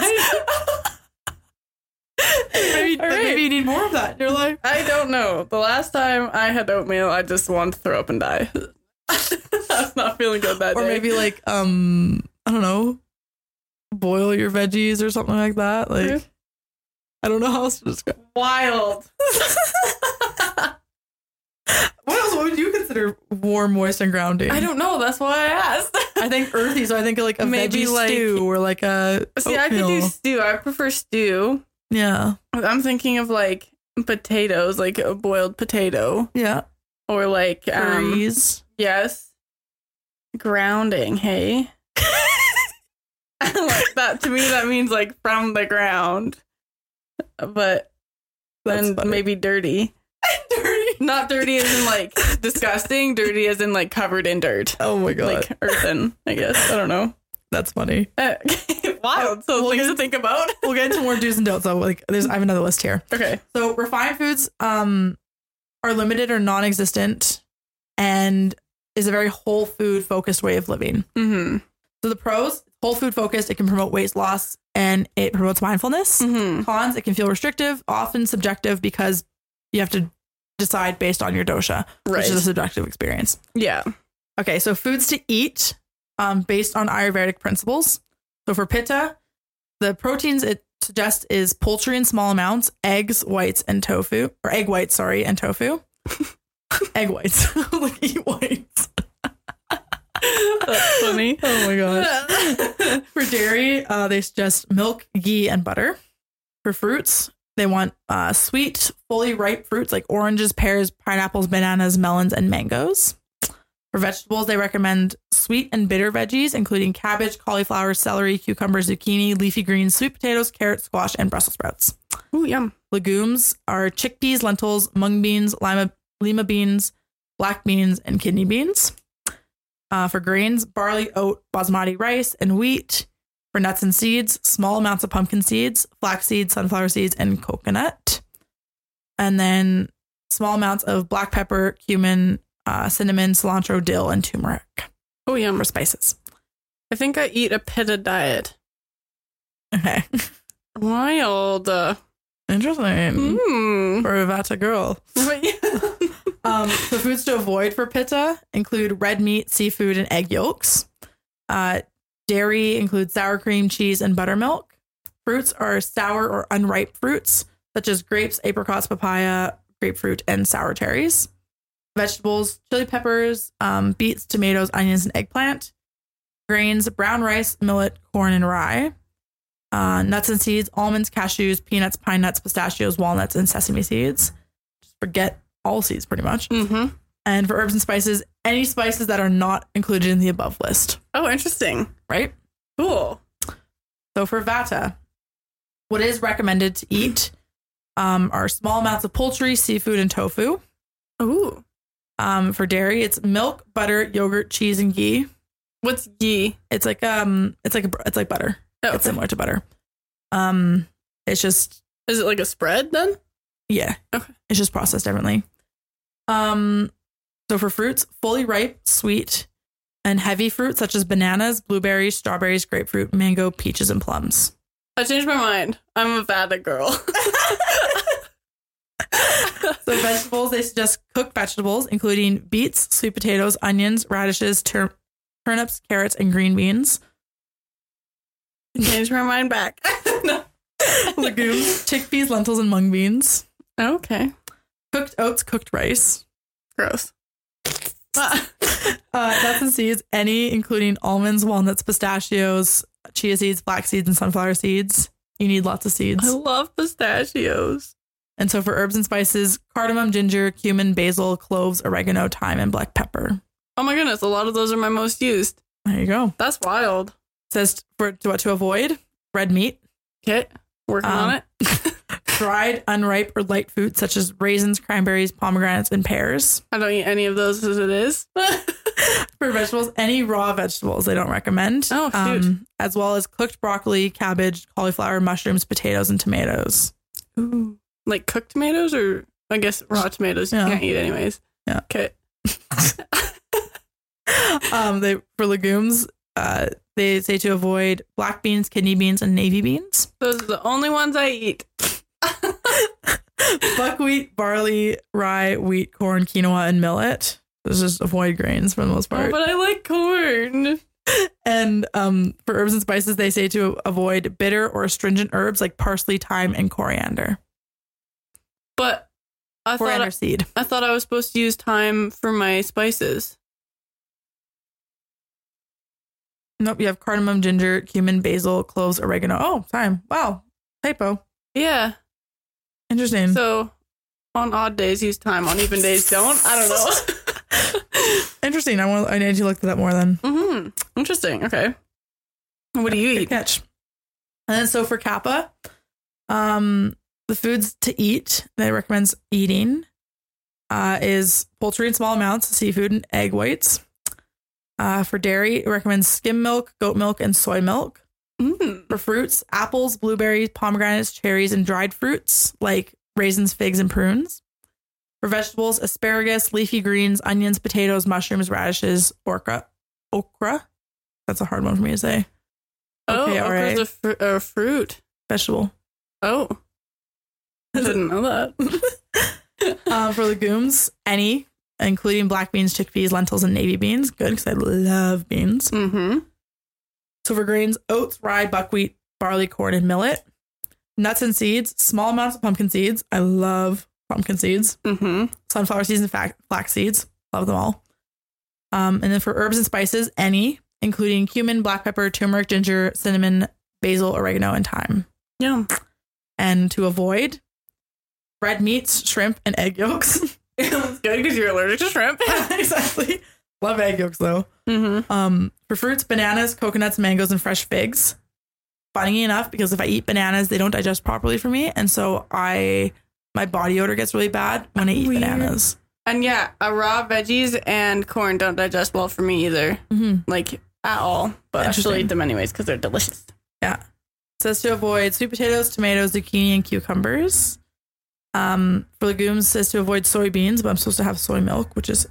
Speaker 1: maybe,
Speaker 2: All right.
Speaker 1: maybe you need more of that in your life.
Speaker 2: I don't know. The last time I had oatmeal, I just wanted to throw up and die. I was not feeling good that
Speaker 1: Or
Speaker 2: day.
Speaker 1: maybe like um I don't know, boil your veggies or something like that. Like
Speaker 2: Yeah.
Speaker 1: I don't know how else to describe.
Speaker 2: wild.
Speaker 1: What else would you consider warm, moist, and grounding?
Speaker 2: I don't know. That's why I asked.
Speaker 1: I think earthy, so I think like a
Speaker 2: Maybe
Speaker 1: veggie
Speaker 2: like-
Speaker 1: stew or like a
Speaker 2: See, I could do
Speaker 1: oatmeal.
Speaker 2: stew. I prefer stew.
Speaker 1: yeah
Speaker 2: I'm thinking of like potatoes, like a boiled potato,
Speaker 1: yeah
Speaker 2: or like um,
Speaker 1: curries.
Speaker 2: yes, grounding. Hey, like that to me, that means like from the ground, but
Speaker 1: That's
Speaker 2: then
Speaker 1: funny.
Speaker 2: maybe dirty.
Speaker 1: dirty.
Speaker 2: Not dirty as in like disgusting. Dirty as in like covered in dirt,
Speaker 1: Oh my god,
Speaker 2: like earthen. I guess I don't know.
Speaker 1: that's funny.
Speaker 2: Uh, wild. So
Speaker 1: Well,
Speaker 2: things
Speaker 1: then-
Speaker 2: to think about.
Speaker 1: We'll get into more do's and don'ts. Though. Like there's I have another list here.
Speaker 2: Okay.
Speaker 1: So refined foods um, are limited or non-existent, and is a very whole food focused way of living.
Speaker 2: Mm-hmm.
Speaker 1: So the pros: whole food focused, it can promote weight loss and it promotes mindfulness.
Speaker 2: Mm-hmm.
Speaker 1: Cons: it can feel restrictive, often subjective because you have to decide based on your dosha,
Speaker 2: Right.
Speaker 1: which is a subjective experience.
Speaker 2: yeah.
Speaker 1: Okay, so foods to eat um, based on Ayurvedic principles. So for pitta, the proteins it suggests is poultry in small amounts, eggs, whites, and tofu, or egg whites, sorry, and tofu. egg whites, like eat whites.
Speaker 2: That's funny.
Speaker 1: Oh my For dairy, uh, they suggest milk, ghee, and butter. For fruits, they want uh, sweet, fully ripe fruits like oranges, pears, pineapples, bananas, melons, and mangoes. For vegetables, they recommend sweet and bitter veggies, including cabbage, cauliflower, celery, cucumber, zucchini, leafy greens, sweet potatoes, carrots, squash, and Brussels sprouts.
Speaker 2: Ooh, yum.
Speaker 1: Legumes are chickpeas, lentils, mung beans, lima, lima beans, black beans, and kidney beans. Uh, for grains, barley, oat, basmati rice, and wheat. For nuts and seeds, small amounts of pumpkin seeds, flax seeds, sunflower seeds, and coconut. And then small amounts of black pepper, cumin, uh, cinnamon, cilantro, dill, and turmeric
Speaker 2: Oh, yum.
Speaker 1: for spices.
Speaker 2: I think I eat a pita diet.
Speaker 1: Okay.
Speaker 2: Wild. Uh,
Speaker 1: Interesting.
Speaker 2: Mmm.
Speaker 1: For a Vata girl. Um, so foods to avoid for pitta include red meat, seafood, and egg yolks. Uh, dairy includes sour cream, cheese, and buttermilk. Fruits are sour or unripe fruits, such as grapes, apricots, papaya, grapefruit, and sour cherries. Vegetables, chili peppers, um, beets, tomatoes, onions, and eggplant. Grains, brown rice, millet, corn, and rye. Uh, nuts and seeds, almonds, cashews, peanuts, pine nuts, pistachios, walnuts, and sesame seeds. Just forget all seeds pretty much.
Speaker 2: mm-hmm.
Speaker 1: And for herbs and spices, any spices that are not included in the above list,
Speaker 2: Oh, interesting.
Speaker 1: right?
Speaker 2: Cool.
Speaker 1: So for Vata, what is recommended to eat um, are small amounts of poultry, seafood, and tofu.
Speaker 2: Ooh.
Speaker 1: Um, for dairy, it's milk, butter, yogurt, cheese, and ghee.
Speaker 2: What's ghee?
Speaker 1: It's like um, it's like a, br- it's like butter.
Speaker 2: Oh,
Speaker 1: It's similar to butter. Um, it's just
Speaker 2: Is it like a spread then?
Speaker 1: Yeah.
Speaker 2: Okay.
Speaker 1: It's just processed differently. Um, so for fruits, fully ripe, sweet, and heavy fruits such as bananas, blueberries, strawberries, grapefruit, mango, peaches, and plums.
Speaker 2: I changed my mind. I'm a Vata girl.
Speaker 1: So vegetables, they suggest cooked vegetables, including beets, sweet potatoes, onions, radishes, tur- turnips, carrots, and green beans.
Speaker 2: Change my mind back. no.
Speaker 1: Legumes, chickpeas, lentils, and mung beans.
Speaker 2: Okay.
Speaker 1: Cooked oats, cooked rice.
Speaker 2: Gross. Ah.
Speaker 1: Uh, nuts and seeds, any, including almonds, walnuts, pistachios, chia seeds, black seeds, and sunflower seeds. You need lots of seeds.
Speaker 2: I love pistachios.
Speaker 1: And so for herbs and spices, cardamom, ginger, cumin, basil, cloves, oregano, thyme, and black pepper.
Speaker 2: Oh my goodness, a lot of those are my most used.
Speaker 1: There you go.
Speaker 2: That's wild.
Speaker 1: says for to, what to avoid red meat,
Speaker 2: Okay. Working
Speaker 1: Um,
Speaker 2: on it.
Speaker 1: dried, unripe, or light foods such as raisins, cranberries, pomegranates, and pears.
Speaker 2: I don't eat any of those as it is.
Speaker 1: For vegetables, any raw vegetables they don't recommend. um,
Speaker 2: Oh, shoot.
Speaker 1: as well as cooked broccoli, cabbage, cauliflower, mushrooms, potatoes, and tomatoes.
Speaker 2: Ooh. Like cooked tomatoes or I guess raw tomatoes you
Speaker 1: Yeah.
Speaker 2: can't eat anyways.
Speaker 1: Yeah.
Speaker 2: Okay.
Speaker 1: um, they for legumes, uh, they say to avoid black beans, kidney beans, and navy beans.
Speaker 2: Those are the only ones I eat.
Speaker 1: Buckwheat, barley, rye, wheat, corn, quinoa, and millet. Let's just avoid grains for the most
Speaker 2: Oh,
Speaker 1: part.
Speaker 2: but I like corn.
Speaker 1: and um, for herbs and spices, they say to avoid bitter or astringent herbs like parsley, thyme, and coriander.
Speaker 2: But I thought
Speaker 1: Coriander
Speaker 2: I,
Speaker 1: seed.
Speaker 2: thought I was supposed to use thyme for my spices.
Speaker 1: Nope, you have cardamom, ginger, cumin, basil, cloves, oregano. Oh, thyme. Wow, typo.
Speaker 2: Yeah.
Speaker 1: Interesting.
Speaker 2: So on odd days use thyme, on even days don't. I don't know.
Speaker 1: Interesting. I want. I need to look that up more then.
Speaker 2: hmm Interesting. Okay. What do you
Speaker 1: Good
Speaker 2: eat?
Speaker 1: catch. And then so for Kappa, um, the foods to eat that it recommends eating uh, is poultry in small amounts, seafood, and egg whites. Uh, for dairy, it recommends skim milk, goat milk, and soy milk.
Speaker 2: Mm.
Speaker 1: For fruits, apples, blueberries, pomegranates, cherries, and dried fruits like raisins, figs, and prunes. For vegetables, asparagus, leafy greens, onions, potatoes, mushrooms, radishes, okra. Okra. That's a hard one for me to say.
Speaker 2: Oh,
Speaker 1: Okay, all
Speaker 2: okra's
Speaker 1: right.
Speaker 2: a, fr- a fruit.
Speaker 1: Vegetable.
Speaker 2: Oh. I didn't know that.
Speaker 1: um, for legumes, any, including black beans, chickpeas, lentils, and navy beans. Good, because I love beans.
Speaker 2: mm-hmm.
Speaker 1: So for grains, oats, rye, buckwheat, barley, corn, and millet. Nuts and seeds, small amounts of pumpkin seeds. I love pumpkin seeds.
Speaker 2: Mm-hmm.
Speaker 1: Sunflower seeds and fa- flax seeds. Love them all. Um, and then for herbs and spices, any, including cumin, black pepper, turmeric, ginger, cinnamon, basil, oregano, and thyme.
Speaker 2: Yeah.
Speaker 1: And to avoid, red meats, shrimp, and egg yolks.
Speaker 2: It's good because you're allergic to shrimp.
Speaker 1: exactly. Love egg yolks though.
Speaker 2: Mm-hmm.
Speaker 1: Um, for fruits, bananas, coconuts, mangoes, and fresh figs. Funny enough, because if I eat bananas, they don't digest properly for me, and so I my body odor gets really bad when I eat
Speaker 2: Weird.
Speaker 1: bananas.
Speaker 2: And yeah, uh, raw veggies and corn don't digest well for me either,
Speaker 1: Mm-hmm.
Speaker 2: like at all. But I still
Speaker 1: Interesting.
Speaker 2: eat them anyways because they're delicious.
Speaker 1: says to avoid sweet potatoes, tomatoes, zucchini, and cucumbers. Um, for legumes, says to avoid soybeans, but I'm supposed to have soy milk, which is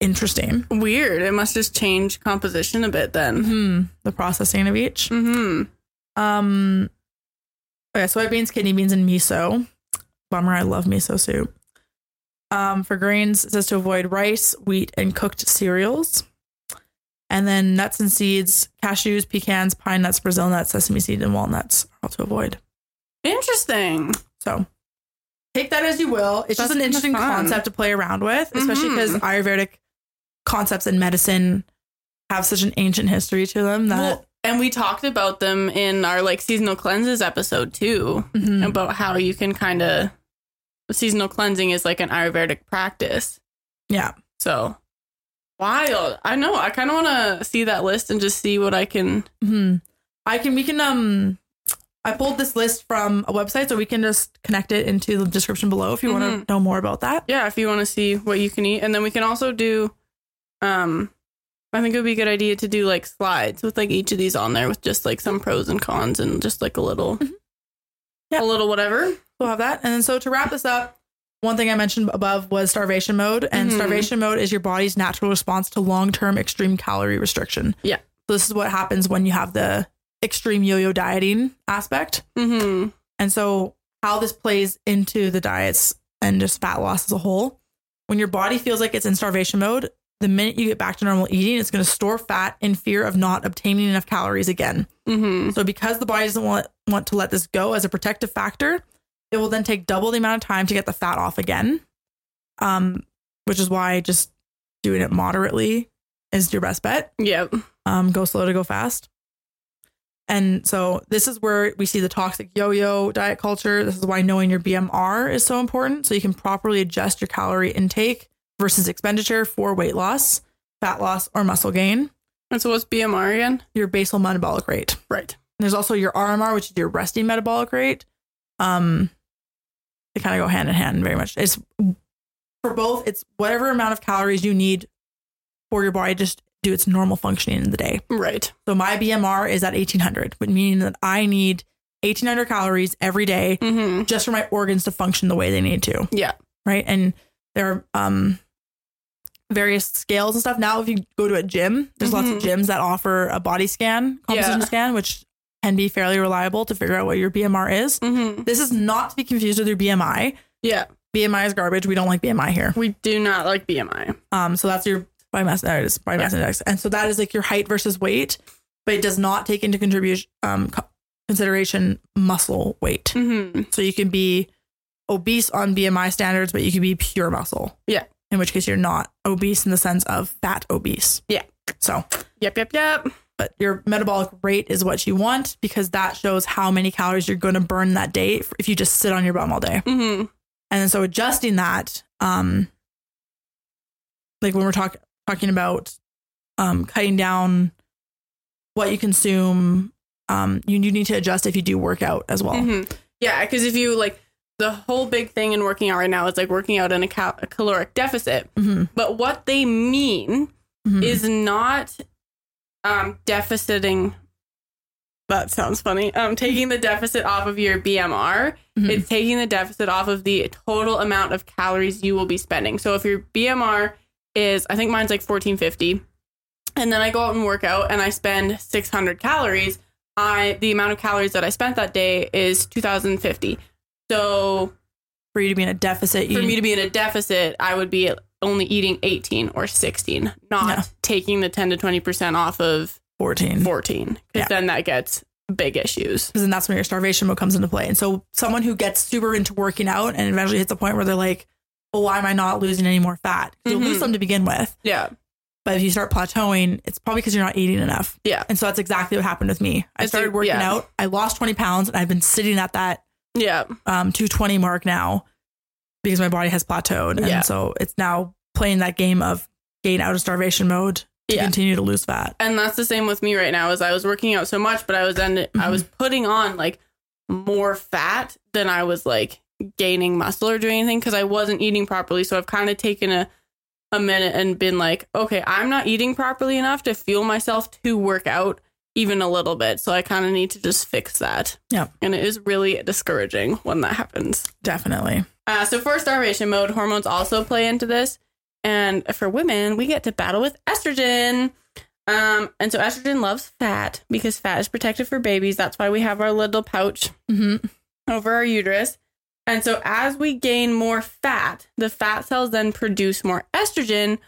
Speaker 1: interesting.
Speaker 2: Weird. It must just change composition a bit then.
Speaker 1: hmm The processing of each.
Speaker 2: Mm-hmm.
Speaker 1: Um, okay, soybeans, kidney beans, and miso. Bummer, I love miso soup. Um, for grains, it says to avoid rice, wheat, and cooked cereals. And then nuts and seeds, cashews, pecans, pine nuts, Brazil nuts, sesame seeds, and walnuts are all to avoid.
Speaker 2: Interesting.
Speaker 1: So take that as you will. It's
Speaker 2: That's
Speaker 1: just an
Speaker 2: kinda
Speaker 1: interesting
Speaker 2: fun.
Speaker 1: concept to play around with, especially because
Speaker 2: Mhm.
Speaker 1: Ayurvedic concepts in medicine have such an ancient history to them that
Speaker 2: Well, and we talked about them in our like seasonal cleanses episode too,
Speaker 1: Mhm.
Speaker 2: about how you can kind of seasonal cleansing is like an Ayurvedic practice.
Speaker 1: yeah.
Speaker 2: So wild. I know. I kind of want to see that list and just see what I can.
Speaker 1: Hmm. I can. We can. Um. I pulled this list from a website, so we can just connect it into the description below if you want
Speaker 2: Mhm.
Speaker 1: to know more about that.
Speaker 2: yeah, if you want to see what you can eat. And then we can also do um I think it would be a good idea to do like slides with like each of these on there with just like some pros and cons and just like a little
Speaker 1: Yeah.
Speaker 2: a little whatever.
Speaker 1: We'll have that. And then, so to wrap this up, one thing I mentioned above was starvation mode, and
Speaker 2: Mhm.
Speaker 1: starvation mode is your body's natural response to long-term extreme calorie restriction.
Speaker 2: Yeah.
Speaker 1: So this is what happens when you have the extreme yo-yo dieting aspect.
Speaker 2: Mhm.
Speaker 1: And so, how this plays into the diets and just fat loss as a whole, when your body feels like it's in starvation mode, the minute you get back to normal eating, it's going to store fat in fear of not obtaining enough calories again.
Speaker 2: Mhm.
Speaker 1: So, because the body doesn't want, want to let this go as a protective factor, it will then take double the amount of time to get the fat off again, um, which is why just doing it moderately is your best bet
Speaker 2: Yep.
Speaker 1: um, go slow to go fast. And so this is where we see the toxic yo-yo diet culture. This is why knowing your BMR is so important, so you can properly adjust your calorie intake versus expenditure for weight loss, fat loss, or muscle gain.
Speaker 2: And so what's BMR again?
Speaker 1: Your basal metabolic rate.
Speaker 2: Right.
Speaker 1: And there's also your RMR, which is your resting metabolic rate. Um, they kind of go hand in hand very much. It's for both. It's whatever amount of calories you need for your body to just do its normal functioning in the day.
Speaker 2: Right.
Speaker 1: So my BMR is at 1800, but meaning that I need 1800 calories every day
Speaker 2: Mhm.
Speaker 1: just for my organs to function the way they need to.
Speaker 2: Yeah.
Speaker 1: Right. And there are um, various scales and stuff. Now, if you go to a gym, there's lots of gyms that offer a body scan, composition
Speaker 2: Mm-hmm. Yeah.
Speaker 1: scan, which can be fairly reliable to figure out what your BMR is.
Speaker 2: Mhm.
Speaker 1: This is not to be confused with your BMI.
Speaker 2: Yeah.
Speaker 1: BMI is garbage. We don't like BMI here.
Speaker 2: We do not like BMI.
Speaker 1: Um, so that's your body mass index, body mass index, and so that is like your height versus weight, but it does not take into contribution um, co- consideration muscle weight.
Speaker 2: Mhm.
Speaker 1: So you can be obese on BMI standards, but you could be pure muscle.
Speaker 2: Yeah.
Speaker 1: In which case, you're not obese in the sense of fat obese.
Speaker 2: Yeah.
Speaker 1: So,
Speaker 2: Yep, yep, yep.
Speaker 1: but your metabolic rate is what you want because that shows how many calories you're going to burn that day if- if you just sit on your bum all day.
Speaker 2: Mhm.
Speaker 1: And then so adjusting that, um, like when we're talking talking about um, cutting down what you consume, um, you, you need to adjust if you do work out as well.
Speaker 2: Mhm. Yeah, because if you like the whole big thing in working out right now is like working out in a, cal- a caloric deficit.
Speaker 1: Mhm.
Speaker 2: But what they mean
Speaker 1: Mhm.
Speaker 2: is not um, deficiting. That sounds funny. Um, taking the deficit off of your BMR,
Speaker 1: Mhm.
Speaker 2: it's taking the deficit off of the total amount of calories you will be spending. So if your BMR is, I think mine's like 1450, and then I go out and work out and I spend 600 calories, I the amount of calories that I spent that day is 2050. So
Speaker 1: for you to be in a deficit, you
Speaker 2: for me to be in a deficit, I would be only eating 18 or 16, not
Speaker 1: Yeah.
Speaker 2: taking the 10 to 20% off of
Speaker 1: 14.
Speaker 2: 14,
Speaker 1: Yeah.
Speaker 2: because then that gets big issues.
Speaker 1: Because then that's when your starvation mode comes into play. And so someone who gets super into working out and eventually hits a point where they're like, well, why am I not losing any more fat? You'll lose
Speaker 2: Mhm.
Speaker 1: some to begin with.
Speaker 2: Yeah.
Speaker 1: But if you start plateauing, it's probably because you're not eating enough.
Speaker 2: Yeah.
Speaker 1: And so that's exactly what happened with me. I
Speaker 2: It's
Speaker 1: started
Speaker 2: a-
Speaker 1: working
Speaker 2: yeah.
Speaker 1: out. I lost 20 pounds and I've been sitting at that
Speaker 2: Yeah.
Speaker 1: um, 220 mark now because my body has plateaued. And
Speaker 2: Yeah.
Speaker 1: so it's now playing that game of gain out of starvation mode to
Speaker 2: Yeah.
Speaker 1: continue to lose fat.
Speaker 2: and that's the same with me right now is i was working out so much but i was then i was putting on like more fat than i was like gaining muscle or doing anything because i wasn't eating properly so i've kind of taken a a minute and been like okay i'm not eating properly enough to fuel myself to work out even a little bit so i kind of need to just fix that
Speaker 1: Yeah.
Speaker 2: and it is really discouraging when that happens
Speaker 1: Definitely.
Speaker 2: uh, so for starvation mode, hormones also play into this. And for women, we get to battle with estrogen. Um, and so estrogen loves fat because fat is protective for babies. That's why we have our little pouch
Speaker 1: hmm
Speaker 2: over our uterus. And so as we gain more fat, the fat cells then produce more estrogen,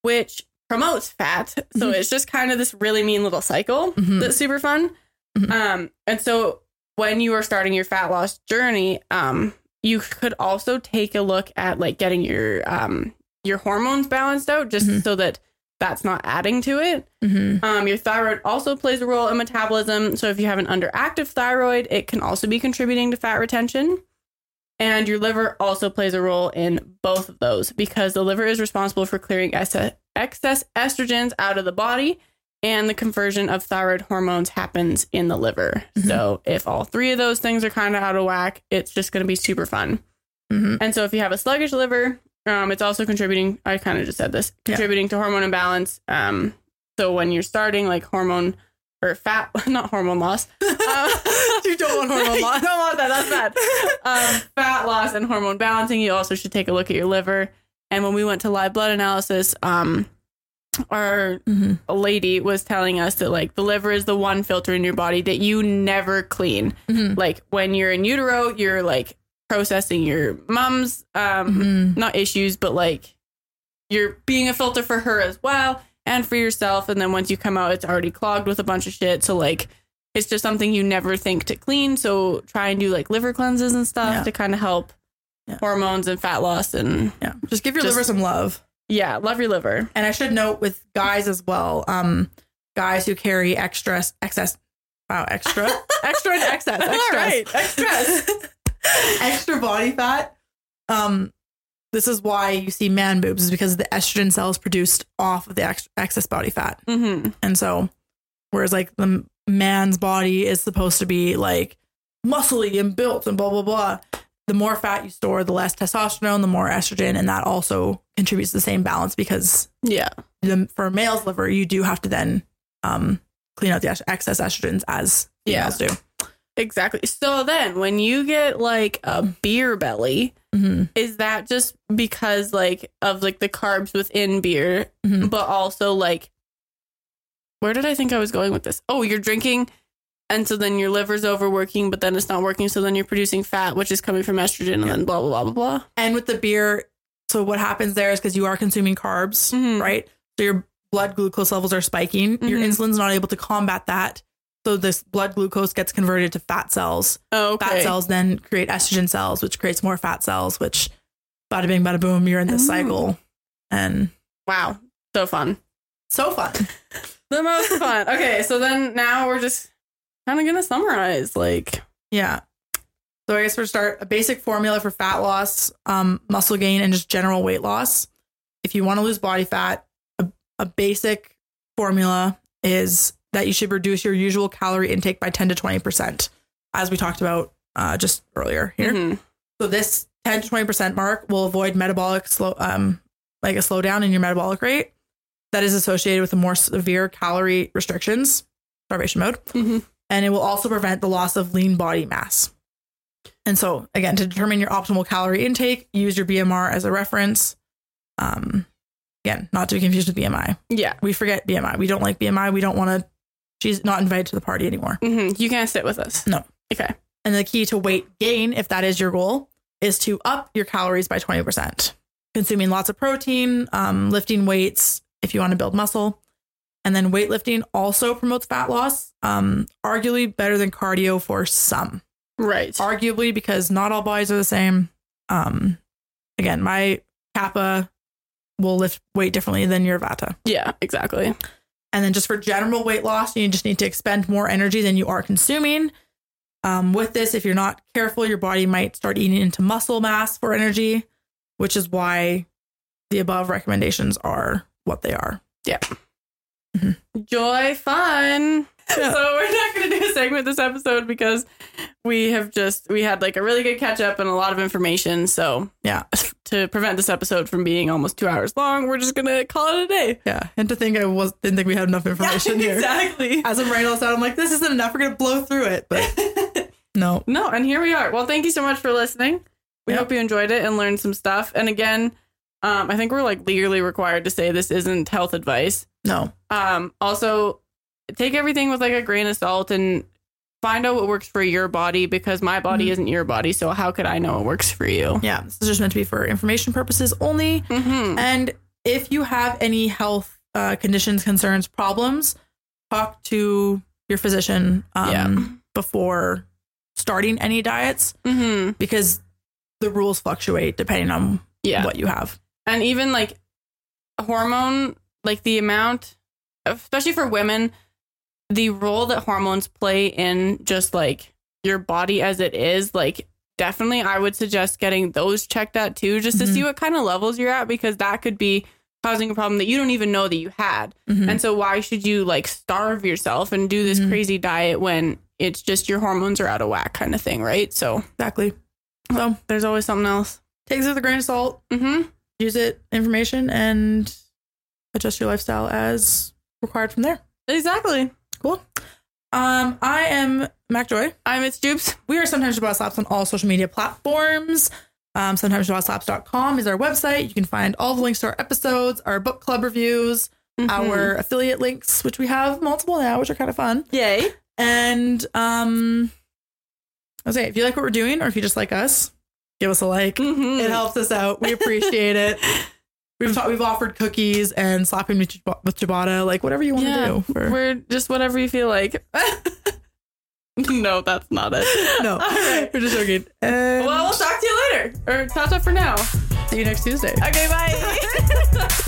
Speaker 2: which promotes fat. So
Speaker 1: Mhm.
Speaker 2: it's just kind of this really mean little cycle
Speaker 1: Mhm.
Speaker 2: that's super fun.
Speaker 1: Mhm.
Speaker 2: Um, and so when you are starting your fat loss journey, um, you could also take a look at like getting your um your hormones balanced out just
Speaker 1: Mhm.
Speaker 2: so that that's not adding to it.
Speaker 1: hmm
Speaker 2: Um, your thyroid also plays a role in metabolism. So if you have an underactive thyroid, it can also be contributing to fat retention. And your liver also plays a role in both of those because the liver is responsible for clearing es- excess estrogens out of the body, and the conversion of thyroid hormones happens in the liver.
Speaker 1: Mhm.
Speaker 2: So if all three of those things are kind of out of whack, it's just going to be super fun.
Speaker 1: hmm
Speaker 2: And so if you have a sluggish liver, um, it's also contributing. I kind of just said this,
Speaker 1: Yeah.
Speaker 2: contributing to hormone imbalance. Um, so when you're starting like hormone or fat, not hormone loss. Um,
Speaker 1: You don't want hormone loss.
Speaker 2: You don't want that. That's bad. Um, fat loss and hormone balancing. You also should take a look at your liver. And when we went to live blood analysis, um, our
Speaker 1: hmm
Speaker 2: lady was telling us that like the liver is the one filter in your body that you never clean
Speaker 1: hmm
Speaker 2: like when you're in utero you're like processing your mom's um
Speaker 1: Mm-hmm.
Speaker 2: not issues but like you're being a filter for her as well and for yourself and then once you come out it's already clogged with a bunch of shit so like it's just something you never think to clean so try and do like liver cleanses and stuff
Speaker 1: Yeah.
Speaker 2: to kind of help
Speaker 1: Yeah.
Speaker 2: hormones and fat loss and
Speaker 1: Yeah. Just give your
Speaker 2: Just-
Speaker 1: liver some love.
Speaker 2: yeah love your liver
Speaker 1: And I should note with guys as well, um, guys who carry extra excess, wow, extra,
Speaker 2: extra and excess extra
Speaker 1: right,
Speaker 2: extra
Speaker 1: extra body fat. Um, this is why you see man boobs is because the estrogen cells produced off of the ex- excess body fat,
Speaker 2: mm-hmm.
Speaker 1: and so whereas like the man's body is supposed to be like muscly and built and blah blah blah. The more fat you store, the less testosterone, the more estrogen, and that also contributes to the same balance because
Speaker 2: yeah
Speaker 1: the, for a male's liver, you do have to then um, clean out the es- excess estrogens as
Speaker 2: Yeah.
Speaker 1: females do.
Speaker 2: exactly so then when you get like a beer belly
Speaker 1: Mhm.
Speaker 2: is that just because like of like the carbs within beer
Speaker 1: Mhm.
Speaker 2: but also like where did i think i was going with this oh you're drinking and so then your liver's overworking but then it's not working so then you're producing fat which is coming from estrogen and then blah blah blah blah blah
Speaker 1: And with the beer, so what happens there is because you are consuming carbs,
Speaker 2: Mhm.
Speaker 1: right? So your blood glucose levels are spiking. Your
Speaker 2: Mhm.
Speaker 1: insulin's not able to combat that. So this blood glucose gets converted to fat cells.
Speaker 2: oh okay
Speaker 1: Fat cells then create estrogen cells, which creates more fat cells, which bada bing, bada boom, you're in this
Speaker 2: Oh.
Speaker 1: cycle. And
Speaker 2: wow so fun
Speaker 1: so fun.
Speaker 2: the most fun okay so then now we're just kind of gonna summarize like
Speaker 1: Yeah. So I guess for start, a basic formula for fat loss, um, muscle gain, and just general weight loss. If you want to lose body fat, a, a basic formula is that you should reduce your usual calorie intake by 10 to 20%, as we talked about uh, just earlier here.
Speaker 2: mhm.
Speaker 1: So this 10 to 20% mark will avoid metabolic slow, um, like a slowdown in your metabolic rate that is associated with the more severe calorie restrictions, starvation mode
Speaker 2: Mhm.
Speaker 1: and it will also prevent the loss of lean body mass. And so, again, to determine your optimal calorie intake, use your BMR as a reference. Um, again, not to be confused with BMI.
Speaker 2: yeah
Speaker 1: We forget BMI. We don't like BMI. We don't want to. She's not invited to the party anymore.
Speaker 2: hmm you can't sit with us
Speaker 1: No.
Speaker 2: okay
Speaker 1: And the key to weight gain, if that is your goal, is to up your calories by 20%, consuming lots of protein, um, lifting weights if you want to build muscle. And then weightlifting also promotes fat loss, um, arguably better than cardio for some,
Speaker 2: right
Speaker 1: arguably because not all bodies are the same. Um, again, my kappa will lift weight differently than your vata.
Speaker 2: yeah exactly
Speaker 1: And then just for general weight loss, you just need to expend more energy than you are consuming. Um, with this, if you're not careful, your body might start eating into muscle mass for energy, which is why the above recommendations are what they are.
Speaker 2: Joy fun.
Speaker 1: Yeah.
Speaker 2: So we're not going to do a segment this episode because we have just we had like a really good catch up and a lot of information. So
Speaker 1: Yeah.
Speaker 2: to prevent this episode from being almost two hours long, we're just going to call it a day.
Speaker 1: Yeah, and to think I was didn't think we had enough information here.
Speaker 2: exactly.
Speaker 1: As I'm writing all this out, I'm like, this isn't enough. We're gonna blow through it, but no.
Speaker 2: No, and here we are. Well, thank you so much for listening. We
Speaker 1: Yeah.
Speaker 2: hope you enjoyed it and learned some stuff. And again, um, I think we're like legally required to say this isn't health advice.
Speaker 1: No.
Speaker 2: Um, also, take everything with like a grain of salt and find out what works for your body because my body
Speaker 1: Mhm.
Speaker 2: isn't your body. So how could I know what works for you?
Speaker 1: Yeah, this is just meant to be for information purposes only.
Speaker 2: hmm
Speaker 1: And if you have any health uh, conditions, concerns, problems, talk to your physician um, before starting any diets
Speaker 2: yeah. hmm
Speaker 1: because the rules fluctuate depending on
Speaker 2: Yeah.
Speaker 1: what you have.
Speaker 2: And even like hormone, like the amount, especially for women, the role that hormones play in just like your body as it is, like definitely I would suggest getting those checked out too, just to
Speaker 1: Mhm.
Speaker 2: see what kind of levels you're at because that could be causing a problem that you don't even know that you had.
Speaker 1: Mm.
Speaker 2: And so why should you like starve yourself and do this
Speaker 1: Mhm.
Speaker 2: crazy diet when it's just your hormones are out of whack kind of thing, right? So
Speaker 1: Exactly. So
Speaker 2: there's always something else.
Speaker 1: take this with a grain of salt,
Speaker 2: hmm
Speaker 1: use it information, and adjust your lifestyle as required from there.
Speaker 2: Exactly.
Speaker 1: Cool. Um, I am Mac Joy.
Speaker 2: I'm It's Jupes.
Speaker 1: We are sometimes about slaps on all social media platforms. Um, sometimes about slaps.com is our website. You can find all the links to our episodes, our book club reviews,
Speaker 2: Mhm.
Speaker 1: our affiliate links, which we have multiple now, which are kind of fun.
Speaker 2: yay.
Speaker 1: And um, I'll say if you like what we're doing or if you just like us, give us a like.
Speaker 2: Mhm.
Speaker 1: It helps us out. We appreciate it. We've taught, we've offered cookies and slapping with ciabatta- with ciabatta, like whatever you want
Speaker 2: Yeah.
Speaker 1: to do. We're-
Speaker 2: We're just whatever you feel like. no, that's not it.
Speaker 1: no,
Speaker 2: All right.
Speaker 1: we're just joking. And
Speaker 2: Well, we'll talk to you later. Or ta-ta for now.
Speaker 1: see you next Tuesday.
Speaker 2: Okay, bye.